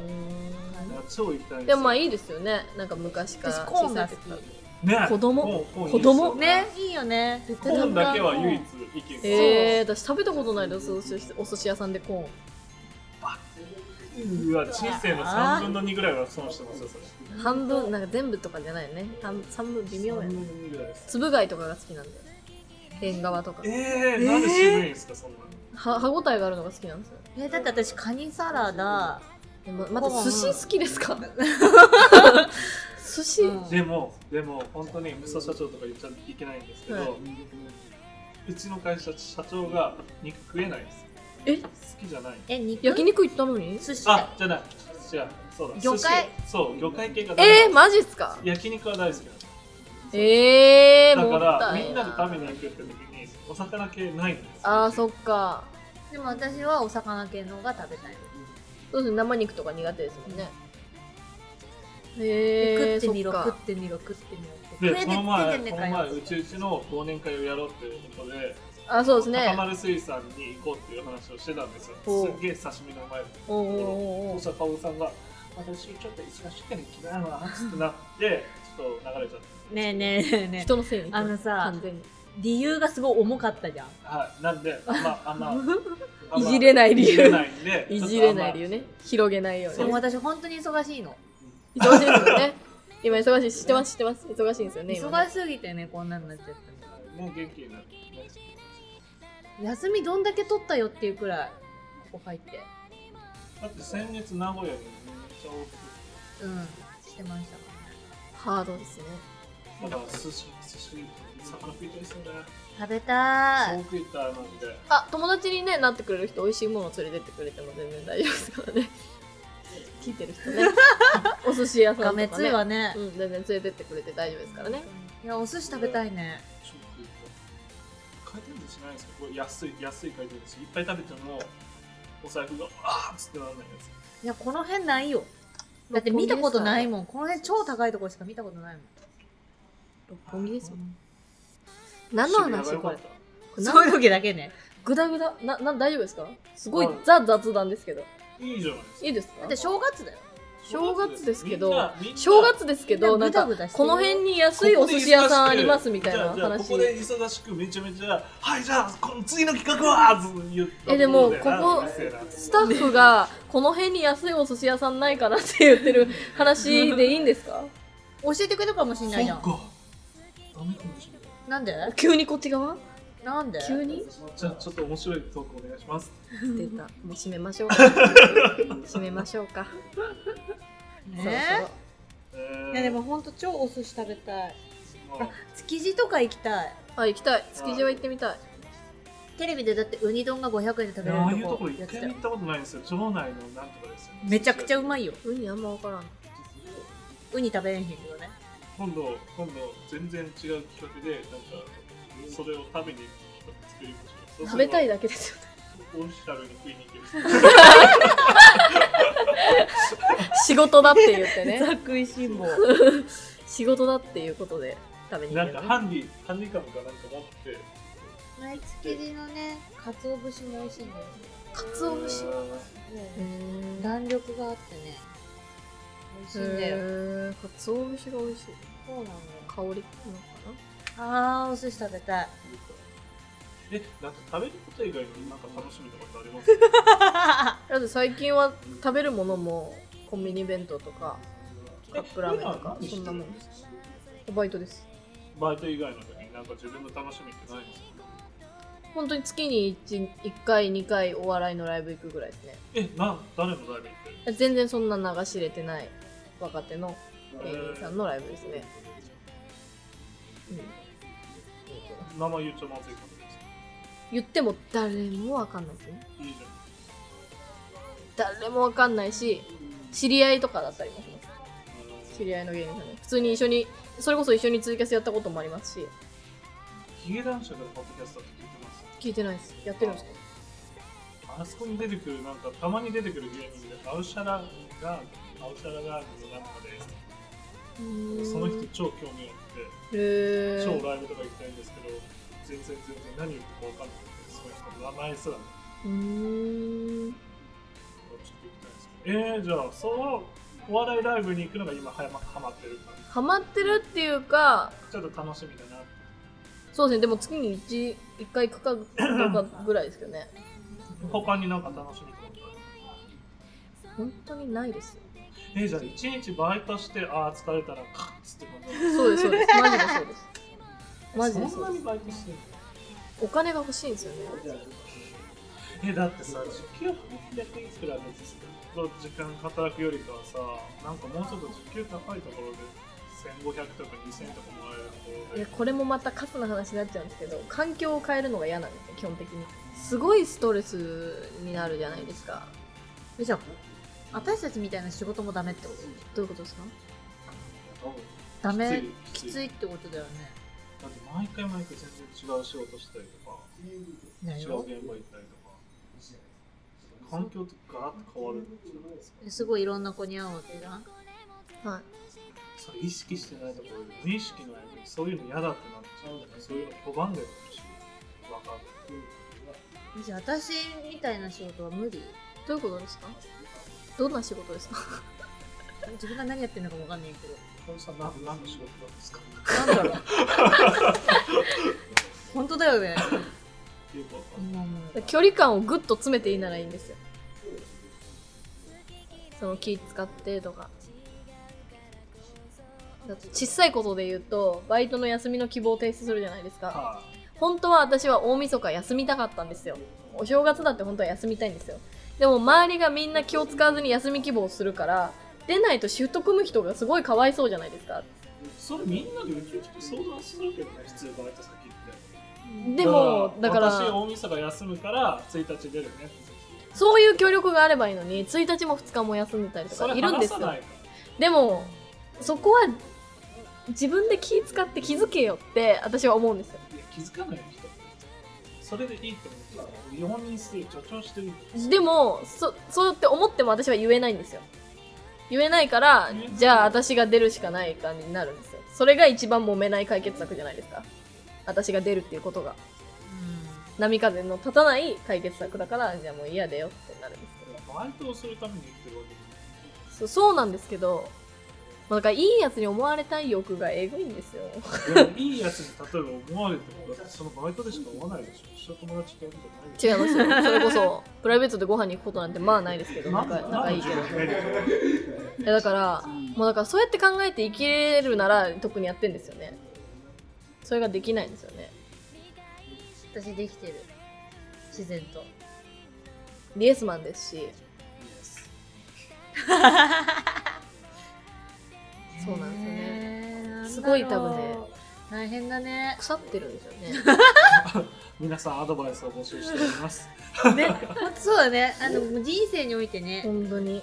Speaker 3: 超行きたいんですよ
Speaker 1: でもまあいいですよねなんか昔から
Speaker 2: 私コーンが好き
Speaker 1: から
Speaker 3: ね
Speaker 1: 子供
Speaker 3: コーン
Speaker 1: 子供
Speaker 3: コーンいい
Speaker 2: ねいいよね
Speaker 1: 絶
Speaker 3: ですよ
Speaker 1: 対食
Speaker 3: コー
Speaker 1: べ
Speaker 3: ン
Speaker 1: た
Speaker 3: だ
Speaker 1: い
Speaker 3: けは唯一意見が。
Speaker 1: えー、私食べたことないですお寿司お寿司屋さんでコーン
Speaker 3: うわ、人生の3分の2ぐらいは損してますよ、それ。
Speaker 1: 半分なんか全部とかじゃないよね半三分微妙や
Speaker 3: 3
Speaker 1: ね
Speaker 3: 分の2ぐらいです。
Speaker 1: つぶ貝とかが好きなんで縁側とか
Speaker 3: えー、なんで渋いんですか、そんなの。
Speaker 1: は歯ごたえがあるのが好きなんですよ
Speaker 2: えだって私カニサラダ
Speaker 1: でま待って寿司好きですか寿司、
Speaker 2: うん
Speaker 3: でも、でも、本当に、武蔵社長とか言っちゃいけないんですけど、
Speaker 1: はいう
Speaker 3: ちの会社、社長が肉食えないです。
Speaker 1: え
Speaker 3: 好きじゃない。
Speaker 2: え肉
Speaker 1: 焼肉行ったのに
Speaker 2: 寿司だ
Speaker 3: あ、じゃない。違う、そうだ。
Speaker 2: 魚介
Speaker 3: 寿司そう、魚介系が大好
Speaker 1: え
Speaker 3: き
Speaker 1: ー、マジっすか
Speaker 3: 焼肉は大好きなんです。
Speaker 1: えー、
Speaker 3: だ
Speaker 1: も
Speaker 3: か
Speaker 1: っ
Speaker 3: ら、
Speaker 1: た
Speaker 3: み
Speaker 1: い
Speaker 3: んなで食
Speaker 1: な
Speaker 3: べに行くって時に、お魚系ないんですよ。
Speaker 1: あーそっか
Speaker 2: でも私はお魚系の方が食べたい
Speaker 1: そうですね生肉とか苦手ですもんねへえー、
Speaker 2: 食ってみろ
Speaker 1: そっ
Speaker 2: 食
Speaker 1: か
Speaker 2: ってみろ食ってみろって
Speaker 3: で、
Speaker 2: 食え
Speaker 3: この
Speaker 2: て
Speaker 3: 前、
Speaker 2: んねん
Speaker 3: こ
Speaker 2: か
Speaker 3: の
Speaker 2: よ
Speaker 3: 前、うちうちの忘年会をやろうっていうことで、
Speaker 1: あそうです
Speaker 3: 高
Speaker 1: ね
Speaker 3: 丸水産に行こうっていう話をしてたんですよ。
Speaker 1: おう
Speaker 3: すっげえ刺身のうまいの。
Speaker 1: おうおうおうおう
Speaker 3: 大阪おさんが私ちょっと忙しくて嫌いなのってなってちょっと流れちゃっ
Speaker 2: ねえねえねえねえ
Speaker 1: 人のせいに
Speaker 2: あのさ
Speaker 1: 完全に
Speaker 2: 理由がすごい重かったじゃん
Speaker 3: たはいなんでまああんまあんま
Speaker 1: いじれない理由
Speaker 3: いじれないんで
Speaker 1: いじれない理由
Speaker 3: 由
Speaker 1: ね広げないよう
Speaker 2: で
Speaker 1: に
Speaker 2: も
Speaker 1: ね
Speaker 2: 私本当に忙しいの
Speaker 1: 忙しいですよね今忙しい知ってます知ってます忙しいんですよね今ね
Speaker 2: 忙しすぎてねこんなんなっちゃっ
Speaker 3: もう元気になってね
Speaker 2: た休みどんだけ取ったよっていうくらいここ入って
Speaker 3: だって先月名古屋にめっちゃ多
Speaker 2: うんしてました
Speaker 1: ハードですね
Speaker 3: くてだから寿司寿司魚食いたいですよね
Speaker 2: 食べた
Speaker 3: そう
Speaker 2: い
Speaker 3: 食いたいなんで
Speaker 1: あ友達にねなってくれる人美味しいもの連れてってくれても全然大丈夫ですから ね聞いてる人 ねお寿司屋さ
Speaker 2: が
Speaker 1: んと
Speaker 2: め
Speaker 1: か
Speaker 2: つ
Speaker 1: ね
Speaker 2: いわね
Speaker 1: うん、全然連れてってくれて大丈夫ですからね
Speaker 2: いやお寿司食べたいね
Speaker 3: ちょっと食いたい回転寿司ないんですかこれ安い安い回転寿司いっぱい食べてもお財布があーっつってならないやつ
Speaker 2: いやこの辺ないよだって見たことないもんこの辺超高いところしか見たことないもん
Speaker 1: 六本木ですもん何の話これこれ
Speaker 2: そ
Speaker 1: 何
Speaker 2: ういう時だけね。
Speaker 1: グダグダなな大丈夫ですかすごい
Speaker 3: はい
Speaker 1: ザ雑談ですけど
Speaker 3: いいじゃないですか
Speaker 1: いいですか
Speaker 2: だって正月だよ。
Speaker 1: 正月ですけど
Speaker 3: みんなみんな
Speaker 1: 正月ですけど
Speaker 2: み
Speaker 1: なん
Speaker 2: んな
Speaker 1: か
Speaker 2: グダグダして
Speaker 1: こ
Speaker 2: るよ
Speaker 1: の辺に安いお寿司屋さんありますみたいな
Speaker 3: じゃあじゃあこ
Speaker 1: 話
Speaker 3: こで忙しくめちゃめちゃ「はいじゃあこの次の企画は!」ず言ったところ
Speaker 1: えでも
Speaker 3: だよ
Speaker 1: こ
Speaker 3: な
Speaker 1: こ
Speaker 3: みたいな
Speaker 1: スタッフがこの辺に安いお寿司屋さんないかなって言ってる話でいいんですか
Speaker 2: 教えてくれるかもしんないじゃ
Speaker 3: そ
Speaker 2: ん。
Speaker 3: っかダメかもしれない
Speaker 2: なんで
Speaker 1: 急にこっち側
Speaker 2: なんで
Speaker 1: 急に
Speaker 3: じゃあちょっと面白いトークお願いします
Speaker 1: 出たもう閉めましょうか 閉めましょうかそろそろ
Speaker 3: い
Speaker 2: いやでもほんと超お寿司食べたい。
Speaker 3: あ
Speaker 2: 築地とか行きたい。
Speaker 1: あ行きたい築地は行ってみたい
Speaker 2: テレビでだってウニ丼が500円で食べれ
Speaker 3: ああい
Speaker 2: る
Speaker 3: う
Speaker 2: と
Speaker 3: とこ
Speaker 2: こ
Speaker 3: ろ
Speaker 2: や
Speaker 3: 一
Speaker 2: って
Speaker 3: 回
Speaker 2: た
Speaker 3: も
Speaker 2: よ
Speaker 3: 行ったことないんですよ町内のなんとかですよ
Speaker 2: めちゃくちゃうまいよ
Speaker 1: ウニあんま分からん
Speaker 2: ウニ食べれへんけどね
Speaker 3: 今度今度全然違う企画でなんかそれを食べに行く企画作りましょう
Speaker 1: 食べたい
Speaker 3: だ
Speaker 1: だけですよ
Speaker 3: 美味しい食べに食いに行ける
Speaker 1: 仕事だって言って ね
Speaker 2: ざ食いしん坊
Speaker 1: 仕事だっていうことで食 べに行
Speaker 3: な
Speaker 1: け
Speaker 3: ん
Speaker 1: る、
Speaker 3: か
Speaker 1: ね、
Speaker 3: ハンディハンディカムかなんか持って
Speaker 2: 毎月地のね鰹節も美味しいんだよ
Speaker 1: 鰹節
Speaker 3: う
Speaker 1: へ
Speaker 3: ーん
Speaker 1: ー
Speaker 2: 弾力があってね美味しいんだよ
Speaker 1: へーかつお節が美味しい
Speaker 2: そうなんだよ
Speaker 1: 香りなのか
Speaker 2: あーお寿司食べたい
Speaker 3: えなんか食べること以外になんか楽しみとかってありますか
Speaker 1: なだって最近は食べるものもコンビニ弁当とかカップラーメンとか
Speaker 3: え普段何して
Speaker 1: そ
Speaker 3: る
Speaker 1: んなもんバイトです
Speaker 3: バイト以外の時になんか自分の楽しみってないんですか
Speaker 1: 本当に月に 1, 回2回お笑いのライブ行くぐらいですね
Speaker 3: えなん誰のライブ行ってる
Speaker 1: 全然そんな流し入れてない若手の芸
Speaker 3: え
Speaker 1: 人さんのライブですね、うん、
Speaker 3: ー名前言っちゃまずいかもしれない
Speaker 1: 言っても誰もわかんないですね
Speaker 3: いいじ
Speaker 1: 誰もわかんないし知り合いとかだったりもします
Speaker 3: ゃ
Speaker 1: 知
Speaker 3: ん
Speaker 1: り合いの芸人さんで普通に一緒にそれこそ一緒にツイキャスやったこともありますし
Speaker 3: ヒゲ男爵のポッドキャストって聞いてます
Speaker 1: 聞いてないですやってるんですか
Speaker 3: あそこに出てくるなんかたまに出てくる芸人でアウシャラがアウシャラガールズの中でその人超興味
Speaker 1: へ
Speaker 3: あって
Speaker 1: ー
Speaker 3: 超ライブとか行きたいんですけど全然全然何言ってか分かんなくてその人の名前すらちょ
Speaker 1: うーん
Speaker 3: っと行きたいんですけどえー、じゃあそのお笑いライブに行くのが今はやまハマってる感
Speaker 1: ハマってるっていうか
Speaker 3: じちょっと楽しみだな
Speaker 1: そうですねでも月に 1, 1回行くかどうかぐらいですけどね
Speaker 3: 他になんか楽しみとかってある
Speaker 1: 本当にないですよ
Speaker 3: えー、じゃあ一日バイトしてああ疲れたらカッつってこと
Speaker 1: そうですそうですマジでそうですマジで
Speaker 3: そ
Speaker 1: そ
Speaker 3: ん
Speaker 1: う
Speaker 3: な
Speaker 1: で
Speaker 3: に
Speaker 1: す
Speaker 3: バイトしてる
Speaker 1: お金が欲しいんですよね
Speaker 3: えだってさ時給800いくらでと時間働くよりかはさなんかもうちょっと時給高いところで1500とか2000とかもらえるところ
Speaker 1: いや
Speaker 3: で
Speaker 1: これもまたカスな話になっちゃうんですけど環境を変えるのが嫌なんですね基本的にすごいストレスになるじゃないですか
Speaker 2: えじゃあ私たちみたいな仕事もダメってこと
Speaker 1: どういうことですか
Speaker 2: ダメ
Speaker 3: き
Speaker 2: きつ
Speaker 3: ついきつい
Speaker 2: いってことだよね
Speaker 3: だって毎回毎回全然違う仕事したりとか
Speaker 2: だ
Speaker 3: 違う
Speaker 2: よ
Speaker 3: 現場行ったりとか環境ってガラッと変わるじゃないですか
Speaker 2: すごいいろんな子に会うわけじゃん
Speaker 1: はい
Speaker 3: それ意識してないところで無意識の間にそういうの嫌だってなっちゃうからそういうの拒んでるかもしれないわかる
Speaker 2: じゃあ私みたいな仕事は無理
Speaker 1: どういうことですかどんな仕事ですか
Speaker 2: 自分が何やってるのかわかんないけど
Speaker 3: これさん何何の仕事なんですか
Speaker 2: なんだろう。本当だよね。
Speaker 3: よくわかんない
Speaker 2: 今も
Speaker 1: 距離感をぐっと詰めていいならいいんですよその気使ってとかだって小さいことで言うとバイトの休みの希望を提出するじゃないですか
Speaker 3: は
Speaker 1: 本当は私は大晦日休みたかったんですよお正月だって本当は休みたいんですよでも周りがみんな気を使わずに休み希望をするから出ないとシフト組む人がすごいかわいそうじゃないですか
Speaker 3: いそれみんなでうちうちと相談するけどね普通バイト先って
Speaker 1: でもだから
Speaker 3: 私大晦日休むから1日出るね
Speaker 1: そういう協力があればいいのに1日も2日も休んでたりと
Speaker 3: そ
Speaker 1: か
Speaker 3: れ
Speaker 1: いるんです
Speaker 3: 話さ
Speaker 1: よ
Speaker 3: ないか
Speaker 1: でもそこは自分で気使って気づけよって私は思うんですよ
Speaker 3: らいや気づかない人それでいいと思ってたら4人数助長してる
Speaker 1: でもそそうって思っても私は言えないんですよ言えないからじゃあ私が出るしかない感じになるんですよそれが一番揉めない解決策じゃないですか私が出るっていうことが波風の立たない解決策だからじゃあもう嫌だよってなるんですけど
Speaker 3: バイトをするために生きてるわけじ
Speaker 1: そうそうなんですけど、まあ、だからいいやつに思われたい欲がえぐいんですよ
Speaker 3: ゃないでもいいやつに例えば思われてもだってそのバイトでしか思わないでしょ一生友達がいるんじゃない
Speaker 1: 違いますよそれこそプライベートでご飯に行くことなんてまあないですけど
Speaker 3: な
Speaker 1: なん
Speaker 3: ん
Speaker 1: か
Speaker 3: か
Speaker 1: 仲いいけど
Speaker 3: 仲いいけ
Speaker 1: いやだからもうだからそうやって考えて生きれるなら特にやってんですよねそれができないんですよね
Speaker 2: 私できてる自然と
Speaker 1: リエスマンですしそうなんですよね
Speaker 2: ね
Speaker 1: すごい多分ね
Speaker 2: 大変だね
Speaker 1: 腐ってるんですよね
Speaker 3: 皆さんアドバイスを募集しております
Speaker 2: ね本当そうだねあのもう人生においてね
Speaker 1: 本当に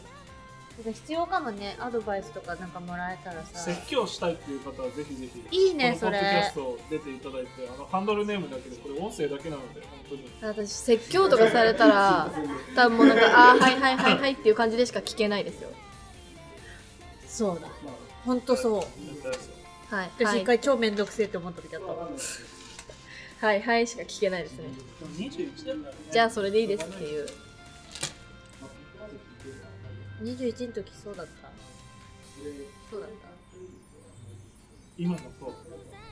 Speaker 2: なんか必要かもねアドバイスとかなんかもらえたらさ
Speaker 3: 説教したいっていう方はぜひぜひ
Speaker 2: いいね
Speaker 3: このポッドキャス
Speaker 2: そ
Speaker 3: ト出ていただいてあのハンドルネームだけでこれ音声だけなので本当に
Speaker 1: 私説教とかされたら多分もうなんかああーはいはいはいはいっていう感じでしか聞けないですよ
Speaker 2: そうだ
Speaker 3: まあ
Speaker 2: 本当そう
Speaker 3: 絶対ですよ
Speaker 1: はいは
Speaker 2: 私一
Speaker 1: い
Speaker 2: 回超めんどくせえって思った時あったわ
Speaker 1: はいはいしか聞けないですね
Speaker 3: でも21年だからね
Speaker 1: じゃあそれでいいですっていう
Speaker 2: 21の時そうだったそうだった
Speaker 3: 今もそう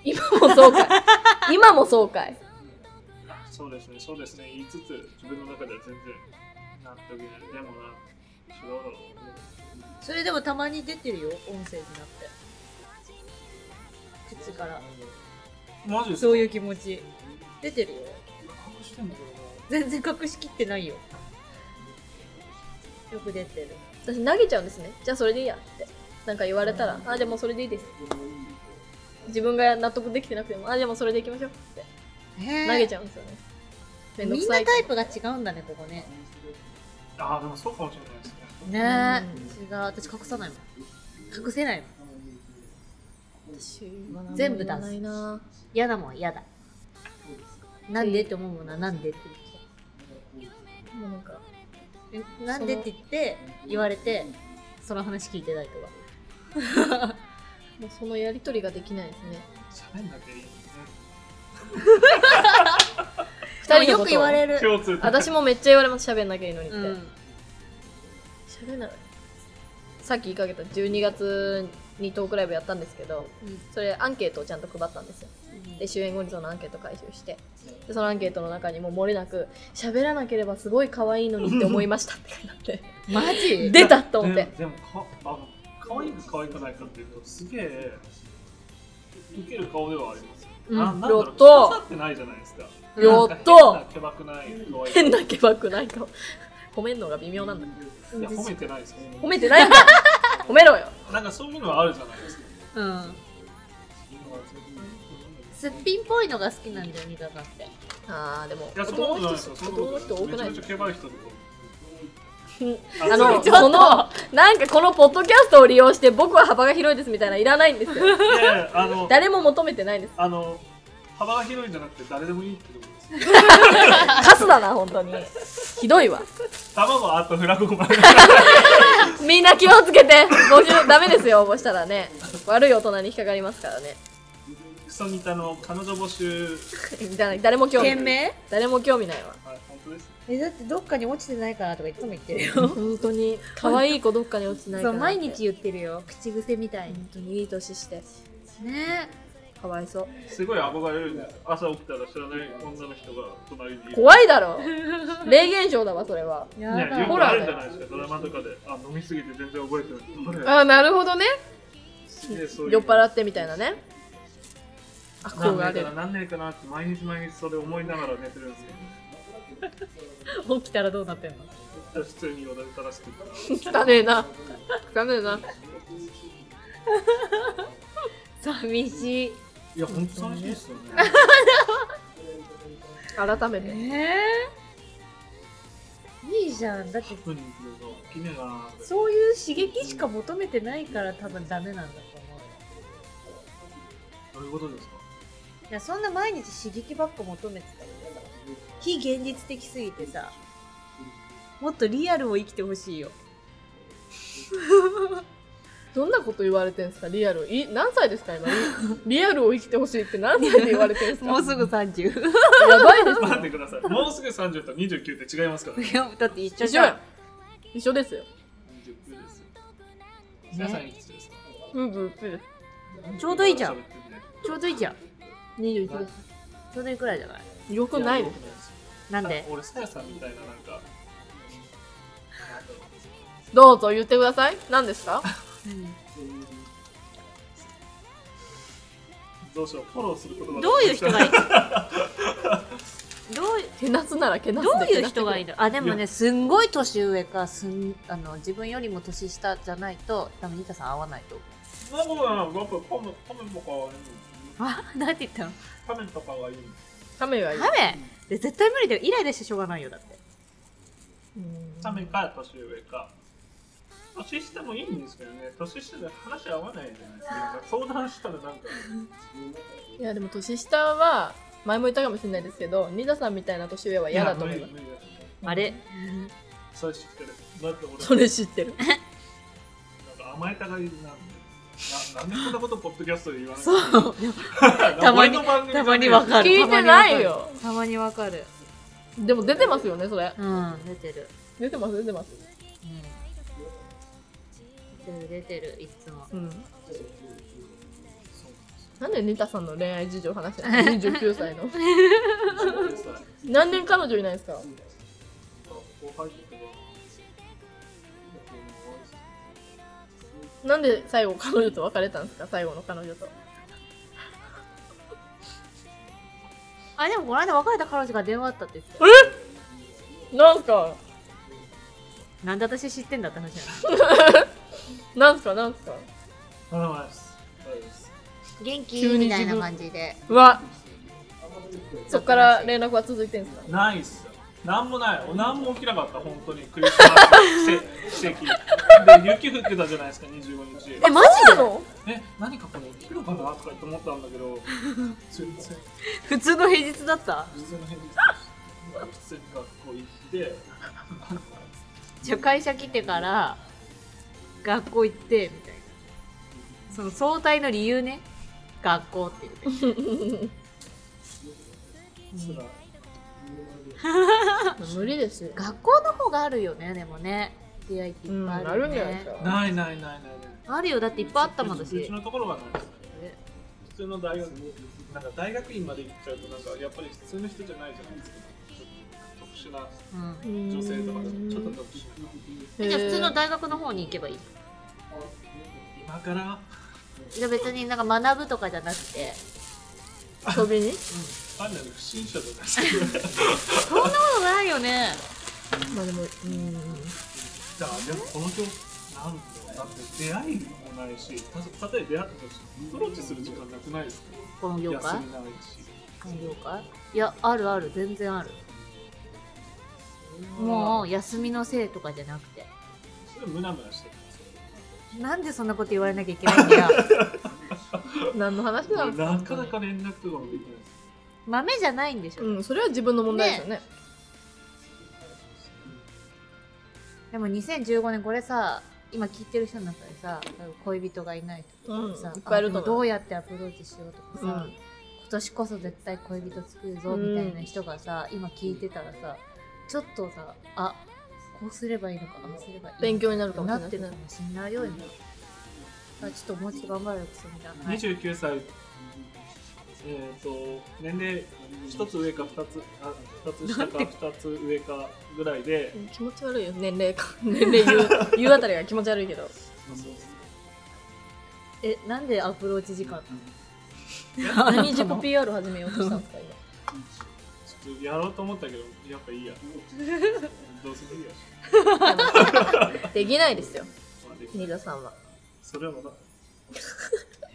Speaker 1: 今もそうかい今もそうかい
Speaker 3: そうですねそうですね言いつつ自分の中では全然納得いないでもな違うだろう
Speaker 2: それでもたまに出てるよ音声になって口から
Speaker 3: マジですか
Speaker 2: そういう気持ち出てるよ
Speaker 3: 隠してんだけどな
Speaker 2: 全然隠しきってないよよく出てる
Speaker 1: 私投げちゃうんですねじゃあそれでいいやってなんか言われたらあじゃあもうそれでいいです自分が納得できてなくてもあじゃあもうそれでいきましょうって
Speaker 2: へ
Speaker 1: 投げちゃうんですよねめんどく
Speaker 2: みん
Speaker 1: さ
Speaker 2: ないタイプが違うんだねここね
Speaker 3: あーでもそうかもしれないですね
Speaker 2: ね
Speaker 1: う
Speaker 2: え違う私隠さないもん隠せないもん
Speaker 1: 私は何も
Speaker 2: 全部出す
Speaker 1: 言わないな
Speaker 2: 嫌だもん嫌だなんでって思うもんななんでって
Speaker 1: もうなんか
Speaker 2: えなんでって言って言われてその話聞いてないとか
Speaker 1: もうそのやり取りができないですね
Speaker 3: 喋んなきゃいいね
Speaker 1: 二
Speaker 2: で
Speaker 1: 人のこ
Speaker 2: もよ
Speaker 1: と
Speaker 2: く言われる
Speaker 3: 共通点
Speaker 1: 私もめっちゃ言われます喋んなきゃいいのにって
Speaker 2: うん
Speaker 1: 喋、ん、なさっき言いかけた12月にトークライブやったんですけどそれアンケートをちゃんと配ったんですよで終演後にそのアンケート回収してでそのアンケートの中にも漏れなく喋らなければすごい可愛いのにって思いましたって書いてあって
Speaker 2: マジ
Speaker 1: 出たと思って
Speaker 3: ででもかあの可愛いか可愛くないかっていうとすげえウケる顔ではあります
Speaker 2: う
Speaker 3: よ、
Speaker 2: ん
Speaker 3: ななんだ
Speaker 1: や
Speaker 3: ろ
Speaker 1: っ
Speaker 3: う
Speaker 1: と
Speaker 3: 着飾ってないじゃないですか
Speaker 1: やっ
Speaker 3: なん
Speaker 1: と
Speaker 3: か変なけばくない可愛い
Speaker 1: 変なけばくない顔 褒めんのが微妙なんだ
Speaker 3: いや褒めてないですよ
Speaker 1: 褒めてないんだ褒めろよ
Speaker 3: なんかそういうのはあるじゃないですか
Speaker 2: うんすっぴんっぽいのが好きなんだよニカさんって
Speaker 1: あーでも
Speaker 3: いやそんなこ
Speaker 1: 男
Speaker 3: とな
Speaker 1: の
Speaker 3: いです
Speaker 1: 人
Speaker 3: よそ
Speaker 1: 男
Speaker 3: んな
Speaker 1: の
Speaker 3: こ
Speaker 1: 人多く
Speaker 3: とない
Speaker 1: ない
Speaker 3: め
Speaker 1: ですか
Speaker 3: ちゃめちゃけばい人とか
Speaker 1: あの、
Speaker 3: そ
Speaker 1: こ
Speaker 3: う
Speaker 1: の、なんかこのポッドキャストを利用して僕は幅が広いですみたいなのいらないんですよ。
Speaker 3: いやいやあの
Speaker 1: 誰も求めてないです。
Speaker 3: あの幅が広いんじゃなくて誰でもいいってことです
Speaker 1: カスだな、本当に。ひどいわ。
Speaker 3: 卵あとフラココまで
Speaker 1: みんな気をつけて募集ダメですよ、応募したらね。悪い大人に引っかかりますからね。
Speaker 3: クソニタの彼女募集
Speaker 1: じゃない誰も興味
Speaker 2: 懸
Speaker 1: ない。
Speaker 2: 命
Speaker 1: 誰も興味ないわ。
Speaker 3: はい本当です
Speaker 2: えだってどっかに落ちてないかなとかいつも言ってるよ
Speaker 1: 本当に、可愛い子どっかに落ちてないか
Speaker 2: そ
Speaker 1: ら
Speaker 2: う
Speaker 1: って。
Speaker 2: 毎日言ってるよ口癖みたいに
Speaker 1: 本当にいい年して、
Speaker 2: ね
Speaker 1: かわいそう。
Speaker 3: すごい憧れるんです朝起きたら知らない女の人が隣にいる
Speaker 1: 怖いだ ろ。霊現象だわ、それは。
Speaker 2: え
Speaker 3: ね、よ
Speaker 2: や
Speaker 3: く
Speaker 1: ほ
Speaker 2: だ
Speaker 1: ら
Speaker 3: あるじゃないですかドラマとかであ飲みすぎて全然覚えてない
Speaker 1: ああ、なるほどね。
Speaker 3: ねそういう
Speaker 1: 酔っ払ってみたいなね。あ、こうがあ
Speaker 3: 何
Speaker 1: る
Speaker 3: 年か。な何年かなって毎日毎日それ思いながら寝てるんですけ
Speaker 2: 起きたらどうなってんの
Speaker 3: ど普通に踊りたらしくて
Speaker 1: 汚ねえな汚ねえな
Speaker 2: 寂しい
Speaker 3: いや本当寂しいですよね
Speaker 1: 改めて
Speaker 2: えいいじゃんだって
Speaker 3: 特に行くときねえなって
Speaker 2: そういう刺激しか求めてないから多分ダメなんだと思うよ
Speaker 3: どういうことですか
Speaker 2: いやそんな毎日刺激ばっか求めてたらさ非現実的すぎてさもっとリアルを生きてほしいよ
Speaker 1: どんなこと言われてんすかリアルい何歳ですか今いリアルを生きてほしいって何歳で言われてんすか
Speaker 2: もうすぐ30。
Speaker 1: やばいです
Speaker 3: 待ってください。もうすぐ30と29って違いますから。29
Speaker 2: い やだって一緒
Speaker 1: 一
Speaker 2: じ
Speaker 1: 緒
Speaker 2: ゃ
Speaker 1: や
Speaker 2: ん。
Speaker 1: 一緒ですよ
Speaker 3: です。皆さんいくつですか
Speaker 1: うんうんうん
Speaker 2: ちょうどいいじゃん。
Speaker 4: ちょうどいいじゃん。
Speaker 1: 21です
Speaker 2: ちょうどいいくらいじゃない
Speaker 1: よくないです
Speaker 3: す。
Speaker 2: なんで
Speaker 3: 俺、さやさんみたいな、なんか、
Speaker 1: どうぞ言ってください何ですか
Speaker 3: どうしよう、フォローすること
Speaker 2: どういう人がいるどうい
Speaker 1: けなすならけなす
Speaker 2: どう
Speaker 1: で
Speaker 2: いう人がい
Speaker 1: る
Speaker 2: るあでも
Speaker 3: い
Speaker 2: ねすんごい年上かすんあの自分よりも年下じゃないと多分ニタさん合わないと思う
Speaker 3: なことない、僕、コメコメンとかはいい。
Speaker 2: あなんて言ったの
Speaker 3: カメンとかはいい。
Speaker 1: カメがいる
Speaker 2: ダメで絶対無理だよイライラしてしょうがないよだって
Speaker 1: うん
Speaker 3: カメンか年上か。年下もいいんですけどね、年下で話合わないじゃないですか。なんか相談したらなんか、
Speaker 1: いやでも年下は前も言ったかもしれないですけどニダさんみたいな年上は嫌だと思います
Speaker 3: や無理無理だと思う
Speaker 2: あれ
Speaker 3: それ知ってる。だって俺、
Speaker 1: それ知ってる
Speaker 3: なんか甘えたがりなんで。ななんでこんなことポッドキャストで言わない
Speaker 2: そうたまにたまにわかる
Speaker 1: 聞いてないよ
Speaker 2: たまにわかる
Speaker 1: でも出てますよねそれ
Speaker 2: うん出てる
Speaker 1: 出てます出てます
Speaker 2: うん出てる出てるいつも
Speaker 1: うんなんでニタさんの恋愛事情話して ないの29歳 の何年彼女いないんですかなんで最後彼女と別れたんですか最後の彼女と
Speaker 2: あでもこの間別れた彼女が電話あったって言ってた
Speaker 1: なんか
Speaker 2: なんで私知ってんだって話なの
Speaker 1: なんすかなんすか
Speaker 2: 元
Speaker 1: 急
Speaker 2: 気
Speaker 1: に
Speaker 2: み
Speaker 1: 自
Speaker 2: た
Speaker 1: 分
Speaker 2: いな感じで
Speaker 1: うわそっから連絡は続いてんすか
Speaker 3: ないっすよ。なんもない。なんも起きなかった、本当に。クリスマス、奇 跡。奇跡で、雪降ってたじゃないですか、25日。
Speaker 2: えマ
Speaker 1: そうなの
Speaker 3: え、何かこれ起きるかなとか言って思ったんだけど、全然、
Speaker 2: 普通の平日だった
Speaker 3: 全然変です。普通に学校行って、
Speaker 2: じゃあ会社来てから学校行ってみたいなその早退の理由ね学校っていうね
Speaker 3: つらい。
Speaker 1: 無理ですよ
Speaker 2: 学校の方があるよねでもね出会いって
Speaker 1: う
Speaker 2: いっ
Speaker 1: ん
Speaker 2: ぱい
Speaker 1: あ
Speaker 2: あるよ
Speaker 1: るんじゃないです
Speaker 2: ね、
Speaker 1: か
Speaker 3: ないないないないない。
Speaker 2: あるよだっていっぱいあったもん
Speaker 3: う
Speaker 2: 私
Speaker 3: ちうちのところがないですね。
Speaker 2: ね
Speaker 3: 普通の大学なんか大学院まで行っちゃうとなんかやっぱり普通の人じゃないじゃないですかちょっと特殊な
Speaker 2: うん
Speaker 3: 女性とかで
Speaker 1: うん
Speaker 3: ちょっと特殊な
Speaker 1: へー
Speaker 2: じゃあ普通の大学の方に行けばいい
Speaker 3: 今から
Speaker 2: じゃあ別になんか学ぶとかじゃなくて
Speaker 1: 遊びに
Speaker 3: 単なる不審者じゃないですか
Speaker 2: そんなことないよね
Speaker 1: まあでもうん
Speaker 3: じゃあでもこの教なんだろうだって出会いもないした例えば出会ったとしてアプローチする時間なくないですか
Speaker 2: この業
Speaker 3: 休
Speaker 2: 界
Speaker 3: みないし
Speaker 2: この業界いやあるある全然あるもう休みのせいとかじゃなくて
Speaker 3: それムナムナしてる
Speaker 2: なんでそんなこと言われなきゃいけないんだよ
Speaker 1: 何の話なんですか
Speaker 3: なかなか連絡とかもできないです
Speaker 2: 豆じゃないんでしょ、
Speaker 1: うんそれは自分の問題ですよね
Speaker 2: でも2015年これさ今聞いてる人の中でさ恋人がいない
Speaker 1: うん
Speaker 2: とかさ、
Speaker 1: いっぱいいると
Speaker 2: あでもど
Speaker 1: 思う
Speaker 2: うやってアプローチしようとか
Speaker 1: う
Speaker 2: さ、
Speaker 1: ん
Speaker 2: 今年こそ絶対恋人作るぞみたいな人がさ、今聞いてたらさちょっとさあこうすればいいのかああすればいいのか
Speaker 1: 勉強になるかもしれ
Speaker 2: な
Speaker 1: な
Speaker 2: っ
Speaker 1: い
Speaker 2: てるかもしんないよ今、あちょっともうちょっと頑張るよくすみたいな、はい、
Speaker 3: 29歳、えー、と年齢1つ上か2つあ2つ下か2つ上かぐらいで
Speaker 1: 気持ち悪いよ年齢か年齢 言う言うあたりが気持ち悪いけど
Speaker 2: えなんでアプローチ時間
Speaker 1: 何自己 PR 始めようとしたんですか今
Speaker 3: ちょっとやろうと思ったけどやっぱいいやどうせいいやし、
Speaker 1: できないですよ
Speaker 3: まあでき
Speaker 1: ニダさんは
Speaker 3: それはまだ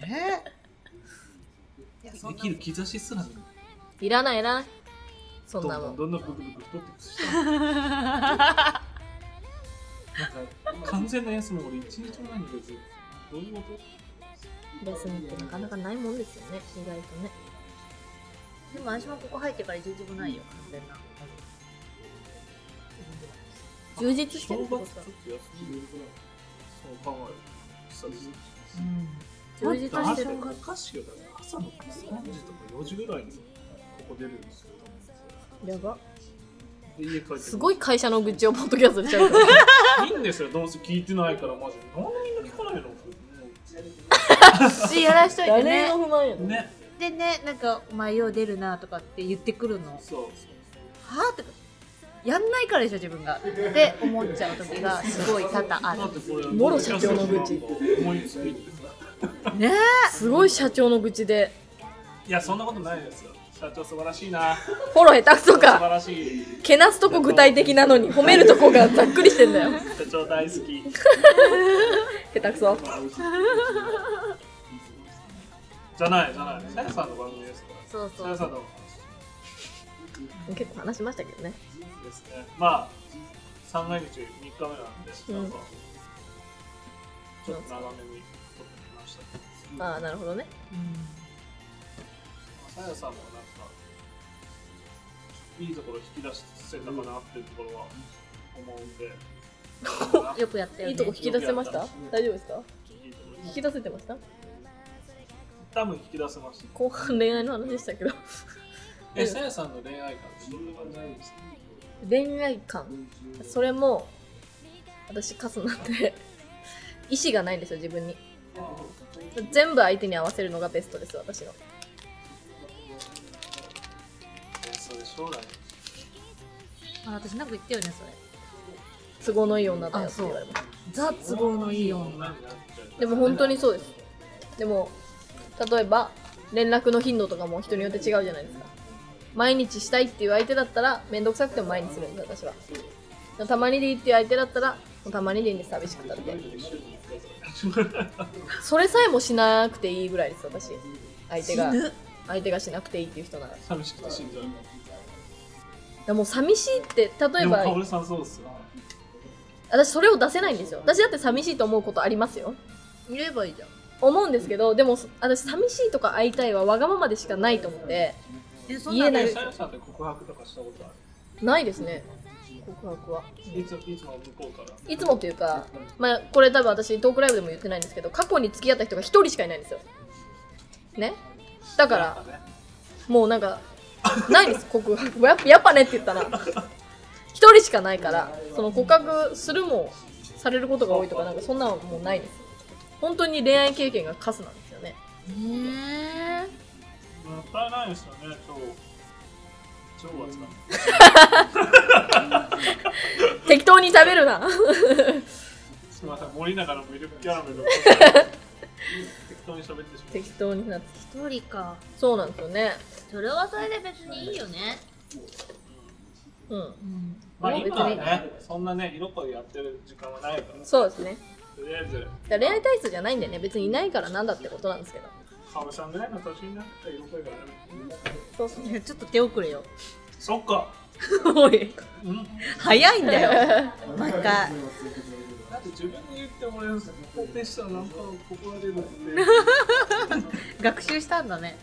Speaker 2: え
Speaker 3: できる兆しすらない
Speaker 1: いらないいらないそ
Speaker 3: ど
Speaker 1: ん
Speaker 3: ん
Speaker 1: な
Speaker 3: ど
Speaker 1: も
Speaker 3: ん
Speaker 1: ん
Speaker 3: どんどんブクブク太ってくしなんか完全な休み俺一日もないんだけどどういうこと
Speaker 1: 休みってなかなかないもんですよね意外とね
Speaker 2: でも私もここ入ってから一日もないよ完全な
Speaker 1: 充実してるって
Speaker 3: 正
Speaker 1: こと
Speaker 3: 月ちょっと休みそう考えるさりしてる
Speaker 5: 充実
Speaker 3: だ
Speaker 5: し
Speaker 3: っ
Speaker 5: てて
Speaker 3: 朝
Speaker 5: る
Speaker 3: の時とか4時ぐらいにここ出るんですよ
Speaker 1: やば
Speaker 3: で家帰ってくる
Speaker 1: すごい会社の愚痴をポッドキャストでしちゃうから
Speaker 3: いいんですよどうせ聞いてないからマジでなんでみんな聞かないの
Speaker 5: でやらしといて
Speaker 1: 誰
Speaker 5: ね
Speaker 1: の不満やね
Speaker 3: ね
Speaker 5: でねなんか「お前よう出るな」とかって言ってくるの
Speaker 3: そう
Speaker 5: はあとかやんないからでしょ自分がって思っちゃう時がすごい多々あ
Speaker 3: だってこれ
Speaker 1: もろ社長の愚痴
Speaker 3: 思いついてさ
Speaker 5: るね
Speaker 1: すごい社長の愚痴で
Speaker 3: いやそんなことないですよ社長素晴らしいな
Speaker 1: フォロー下手くそ
Speaker 3: 素晴
Speaker 1: から
Speaker 3: しい
Speaker 1: けなすとこ具体的なのに褒めるとこがざっくりしてんだよ
Speaker 3: 社長大好き
Speaker 1: 下手くそ
Speaker 3: じゃないじゃないさやさんの番組ですから
Speaker 5: そう
Speaker 3: さ
Speaker 5: そ
Speaker 3: や
Speaker 5: う
Speaker 3: さんの
Speaker 1: 結構話しましたけどね
Speaker 3: ですねまあ三が日3日目なんで、
Speaker 1: うん
Speaker 3: なんかちょっと長めに撮ってきましたけど
Speaker 1: ああなるほどね
Speaker 3: さやさんもなんかいいところ引き出してたかなっていうところは思うんで、
Speaker 5: よくやったよ、ね、
Speaker 1: いいとこ引き出せました大丈夫ですか
Speaker 3: いいところ
Speaker 1: 引き出せてました
Speaker 3: 多分引き出せました
Speaker 1: 後半恋愛の話でしたけど
Speaker 3: えさやさんの恋愛観ってどんな感じなんですか
Speaker 1: 恋愛観それも私カスなんで 意志がないんですよ自分に全部相手に合わせるのがベストです私の
Speaker 3: えそれ将来
Speaker 5: あ私なんか言ったよねそれ
Speaker 1: 都合のいい女だよって言われま
Speaker 5: ザ都合のいい
Speaker 3: に
Speaker 5: 女
Speaker 3: なっちゃう
Speaker 1: すでも本当にそうですでも例えば連絡の頻度とかも人によって違うじゃないですか毎日したいっていう相手だったら面倒くさくても毎日するんです私はたまにでいいっていう相手だったらたまにでいいんです寂しくたってそれさえもしなくていいぐらいです私相手が相手がしなくていいっていう人なら
Speaker 3: 寂しくて死んじゃう
Speaker 1: でもう寂しいって例え
Speaker 3: でもかお
Speaker 1: ば
Speaker 3: るさんそうですよ
Speaker 1: 私それを出せないんですよ私だって寂しいと思うことありますよ
Speaker 5: 言えばいいじゃん
Speaker 1: 思うんですけどでもそ私寂しいとか会いたいはわがままでしかないと思って
Speaker 5: えそん
Speaker 1: 言え
Speaker 5: な
Speaker 1: な
Speaker 5: の
Speaker 1: い
Speaker 3: さやさんって告白とかしたことあ
Speaker 1: ないですね告白は
Speaker 3: るいついつも向こうから
Speaker 1: いつもっていうかまあこれ多分私トークライブでも言ってないんですけど過去に付き合った人が一人しかいないんですよねだから
Speaker 3: ね
Speaker 1: もうなんかないです告白やっぱやっぱねって言ったな一人しかないからその告白するもされることが多いとかなんかそんなのもうないです本当に恋愛経験がカスなんですよね
Speaker 5: ね
Speaker 3: もったいないですよね超超は使う
Speaker 1: 適当に食べるな
Speaker 3: すみません森永のミルクキャラメルを適当に喋ってしまう
Speaker 1: 適当になって
Speaker 5: 一人か
Speaker 1: そうなんですよね
Speaker 5: それはそれで別にいいよね
Speaker 1: うん
Speaker 5: うん
Speaker 3: まあ
Speaker 1: もう別に
Speaker 3: 今はねそんなね色恋やってる時間はないからと
Speaker 1: そうですね
Speaker 3: りあえず
Speaker 1: だから恋愛体質じゃないんでね別にいないからなんだってことなんですけど
Speaker 3: かおるさんぐらいの年になったら色恋がやめる
Speaker 1: そうそう
Speaker 5: いやちょっと手遅れよ
Speaker 3: そっか
Speaker 5: おい
Speaker 3: うん
Speaker 5: 早いんだ よバカ
Speaker 3: だって自分に言ってもらえるんですよ肯定したらなんか怒られる んで
Speaker 5: 学習したんだね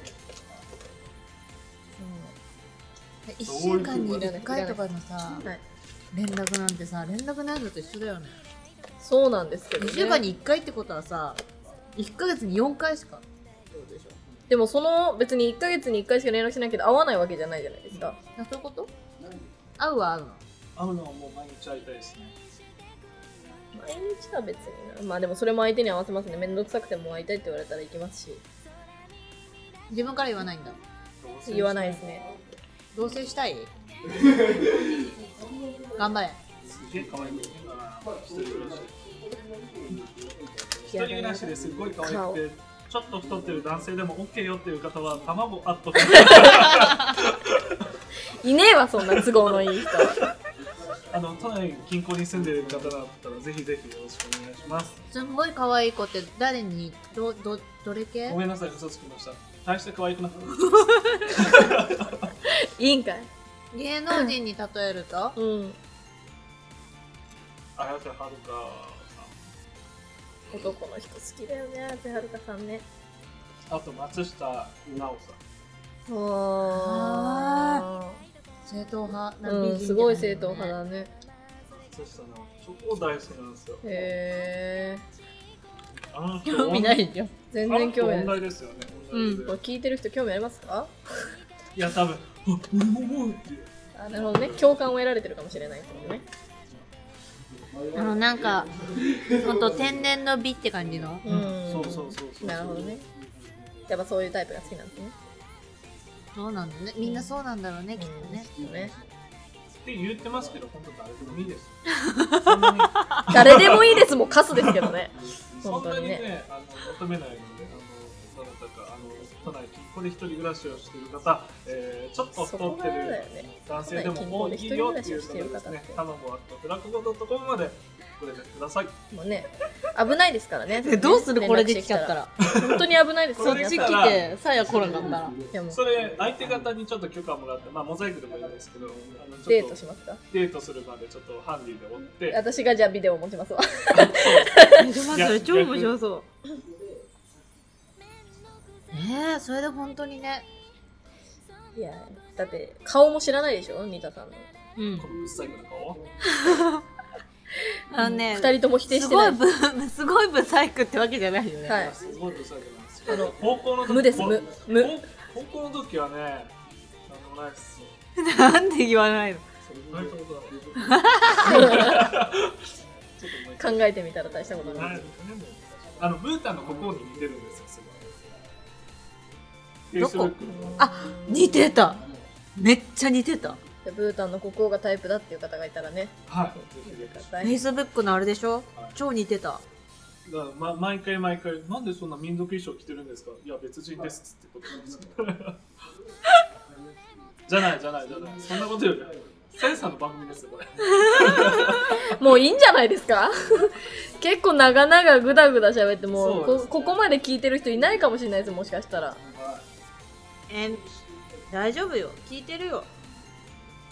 Speaker 2: 1週間に1回とかのさ
Speaker 1: はい
Speaker 2: 連絡なんてさ連絡ないのと一緒だよね
Speaker 1: そうなんですけど、
Speaker 2: 2
Speaker 1: ね、
Speaker 2: 週間に1回ってことはさ1ヶ月に4回しかってことでしょ
Speaker 1: でもその別に1ヶ月に1回しか連絡しないけど会わないわけじゃないじゃないですか
Speaker 2: あそういうこと合うは合うの
Speaker 3: 会うのはもう毎日会いたいですね
Speaker 1: 毎日は別になまあでもそれも相手に合わせますね面倒くさくても会いたいって言われたら行きますし
Speaker 2: 自分から言わないんだ
Speaker 1: 言わないですね
Speaker 2: 同棲し たい頑張れ
Speaker 3: すげえ可愛い子いるんだな一人暮らし一
Speaker 1: いや
Speaker 3: 人
Speaker 1: で
Speaker 3: 暮
Speaker 1: も
Speaker 3: らしですごい可愛くてちょっと太ってる男性でも OK よっていう方は卵あっと
Speaker 1: いねえわそんな都合のいい 人
Speaker 3: あの都内近郊に住んでる方だったらぜひぜひよろしくお願いします
Speaker 2: すんごい可愛い子って誰にどどどれ系
Speaker 3: ごめんなさい嘘つきました大して可愛くなかった
Speaker 1: いいんかい
Speaker 2: 芸能人に例えると
Speaker 1: うん
Speaker 3: 綾瀬はるか
Speaker 1: 男の人好きだよねあてはるかさんね
Speaker 3: さんあと松下奈緒さん
Speaker 1: あ
Speaker 2: 正統派な
Speaker 1: うんすごい正統派だね
Speaker 3: 松下奈緒超大好きなんですよ
Speaker 1: へえ
Speaker 3: あの人
Speaker 5: 興味ないよ。
Speaker 1: 全然興味
Speaker 3: 問
Speaker 1: ない
Speaker 3: 題ですよね。
Speaker 5: うん
Speaker 1: こ
Speaker 3: 問題
Speaker 1: れ
Speaker 3: で
Speaker 1: 聞いてる人興味ありますか
Speaker 3: いや、多分、あ俺も思うっていう。
Speaker 1: あなるほどね共感を得られてるかもしれないってことね
Speaker 5: あの、なんか、ほんと天然の美って感じの。
Speaker 1: うん
Speaker 3: そうそうそうそう。
Speaker 1: なるほどねやっぱそういうタイプが好きなんですね
Speaker 5: そうなんだね。みんなそうなんだろうね、きっとね。
Speaker 1: うんね
Speaker 3: って言ってますけど、本当誰でもいいですよ。そんなに、
Speaker 1: 誰でもいいですもうカスですけどね
Speaker 3: そ
Speaker 1: 本
Speaker 3: んな
Speaker 1: 当
Speaker 3: に
Speaker 1: にね
Speaker 3: ね、あの求めないので、あの、どなたか、あの、都内近郊で一人暮らしをしている方、えー、ちょっと
Speaker 1: そこ
Speaker 3: 太って
Speaker 1: が
Speaker 3: る
Speaker 1: だよね
Speaker 3: 男性でも多いよっていう方ですね。卵はあとフラクゴドットコムまでご連絡ください。
Speaker 1: もうね危ないですからね
Speaker 5: ら。
Speaker 1: 本当に危ないですよ
Speaker 3: こ
Speaker 1: 皆さ
Speaker 3: れでき
Speaker 1: ん
Speaker 3: たら
Speaker 5: て、さや来なかったら。
Speaker 1: いやもう
Speaker 3: それ相手方にちょっと許可もらって、まあモザイクでもいいですけど、あのちょっと
Speaker 1: デートしますか
Speaker 3: デートするまでちょっとハンディで追って、
Speaker 1: 私がじゃあビデオ持ちますわ
Speaker 5: え、ちょっと待って、それ超面白そう。ねえ、それで本当にね。
Speaker 1: いやだって顔も知らないでしょニタさんの
Speaker 5: うん
Speaker 3: こ。のブッサイクの顔。
Speaker 5: あのね、
Speaker 1: 二人とも否定
Speaker 5: す
Speaker 1: して
Speaker 5: ご
Speaker 1: ないい
Speaker 5: ブ、すごいブサイクってわけじゃないよね。
Speaker 1: はい
Speaker 3: すごいブッサイクなんです
Speaker 1: あの
Speaker 3: よ。高校の時
Speaker 1: 無です
Speaker 3: こ
Speaker 1: 無無
Speaker 3: 高高校の 時はね、なんでもないっすよ。
Speaker 5: なんで言わないの
Speaker 3: それぐらいのことだ ね。ちょっと思い
Speaker 1: 考えてみたら大したこと
Speaker 3: 出せ
Speaker 1: な
Speaker 3: ない
Speaker 1: い
Speaker 3: ですねもうあのブータンの国王に似てるんですよ。すごい。
Speaker 5: どこ
Speaker 3: Facebook の
Speaker 5: あ、似てた。めっちゃ似てた。
Speaker 1: でブータンの国王がタイプだっていう方がいたらね
Speaker 3: はい。ぜひぜひ
Speaker 5: フェイスブックのあれでしょ超似てた。
Speaker 3: だからま、毎回毎回、なんでそんな民族衣装着てるんですかいや、別人ですっつってことなんですよじゃない、じゃない、じゃない。そんなことより、さやさんの番組ですよ、これ。
Speaker 1: もういいんじゃないですか 結構長々ぐだぐだ喋ってもう
Speaker 3: そうです
Speaker 1: こここまで聞いてる人いないかもしれないですもしかしたら
Speaker 5: えー、大丈夫よ。聞いてるよ。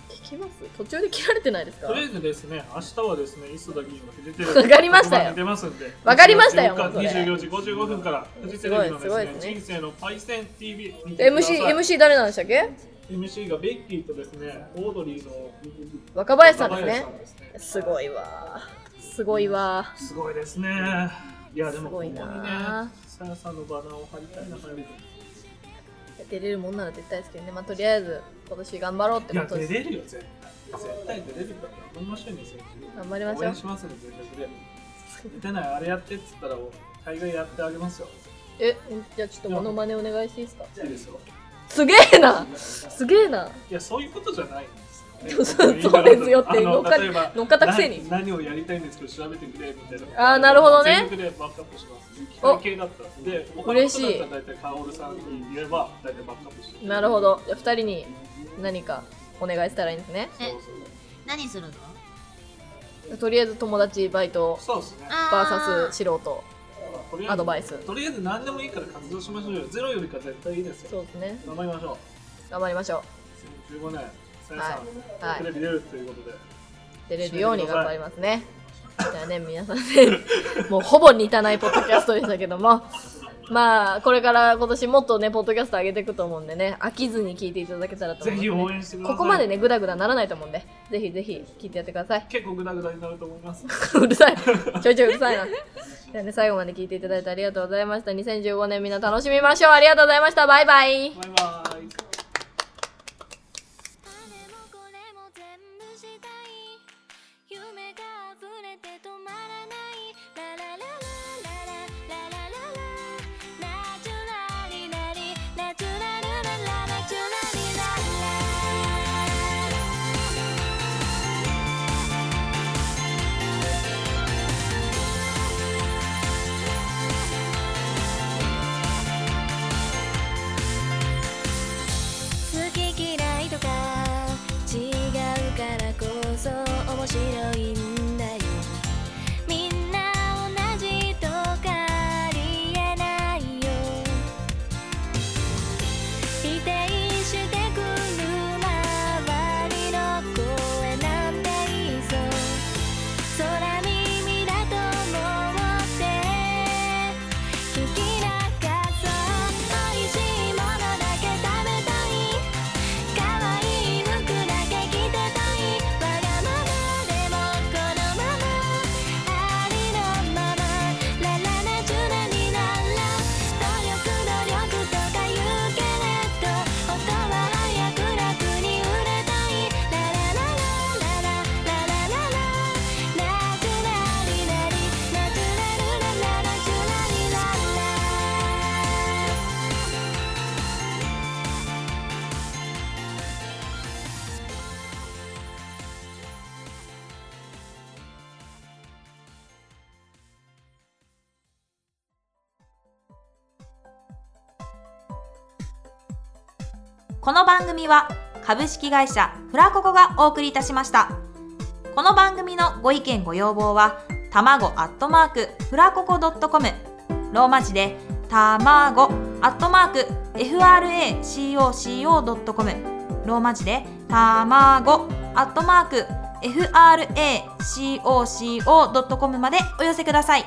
Speaker 1: 聞きます途中で切られてないですか
Speaker 3: とりあえずですね、明日はですね、磯田議員がフジテレビ
Speaker 1: わかりましたよ
Speaker 3: 特番に出ますんで、
Speaker 1: わかりましたよもうそれ
Speaker 3: 24時55分から、フジテレビのです
Speaker 1: ごい
Speaker 3: す
Speaker 1: で
Speaker 3: ね、
Speaker 1: すね
Speaker 3: 人生のパイセン TV にてください
Speaker 1: MC, MC 誰なんでしたっけ
Speaker 3: MC がベッキーとですね、オードリーの
Speaker 1: 若林さんですね
Speaker 3: 若林さんですね。
Speaker 1: すごいわすごいわ
Speaker 3: すごいですね。いや、
Speaker 1: す
Speaker 3: でも、こ
Speaker 1: ご
Speaker 3: こ
Speaker 1: い
Speaker 3: にね
Speaker 1: な、
Speaker 3: さやさんのバナーを貼りたいな、早く。
Speaker 1: 出れるもんなら絶対ですけどねまあとりあえず今年頑張ろうって
Speaker 3: いや
Speaker 1: こと
Speaker 3: 出
Speaker 1: です
Speaker 3: れるよ絶対絶対出れるから頑張りましょうね選手
Speaker 1: 頑張りましょう
Speaker 3: 応援しますね全力で出ないあれやってっつったら大概やってあげますよ
Speaker 1: えじゃあちょっとモノマネお願いしていいですか
Speaker 3: いいですよ
Speaker 1: すげえなすげえない
Speaker 3: やそういうことじゃないんですよね
Speaker 1: そうですよって
Speaker 3: あの
Speaker 1: 乗っか
Speaker 3: 例えば
Speaker 1: 乗っかったくせに
Speaker 3: な何をやりたいんですけど調べてくれみたいな
Speaker 1: あーなるほどね
Speaker 3: 全力でバックアップします機械系だったらで他の
Speaker 1: 嬉
Speaker 3: 人
Speaker 1: し
Speaker 3: だ
Speaker 1: い
Speaker 3: ったら大体カオルさんに言えば大体バックアップします
Speaker 1: なるほどじゃあ2人に何かお願いしたらいいんですね
Speaker 3: そう
Speaker 5: 何するの
Speaker 1: とりあえず友達バイト
Speaker 3: そうそうですね
Speaker 1: バーサス素人
Speaker 3: とりあえず
Speaker 1: アドバイス
Speaker 3: とりあえず何でもいいから活動しましょうよゼロよりか絶対いいですよ
Speaker 1: そうですね
Speaker 3: 頑張りましょう
Speaker 1: 頑張りましょ
Speaker 3: 15年、さやさん、
Speaker 1: はい
Speaker 3: テレビ出るということで、
Speaker 1: う出れるように頑張りますねじゃあね皆 さんねもうほぼ似たないポッドキャストでしたけどもまあこれから今年もっとねポッドキャスト上げていくと思うんでね飽きずに聞いていただけたらと思い
Speaker 3: ぜ
Speaker 1: ます、ね、
Speaker 3: ひ応援してください。
Speaker 1: ここまでねグダグダならないと思うんでぜひぜひ聞いてやってください
Speaker 3: 結構グダグダになると思います。
Speaker 1: うるさ いちょいちょいうるさいなじゃあね最後まで聞いていただいてありがとうございました2015年みんな楽しみましょうありがとうございましたバイバイ
Speaker 3: バイバイ。
Speaker 6: あれもこれも全部したい夢が溢れて止まらないララララララララララナチュラリラリナチュラルララナチュラリララ
Speaker 7: この番組は株式会社フラココがお送りいたしましたこの番組のご意見ご要望は卵アットマークフラココドットコムローマ字で卵アットマーク FRACOCO.com ローマ字で卵アットマーク FRACOCO.com までお寄せください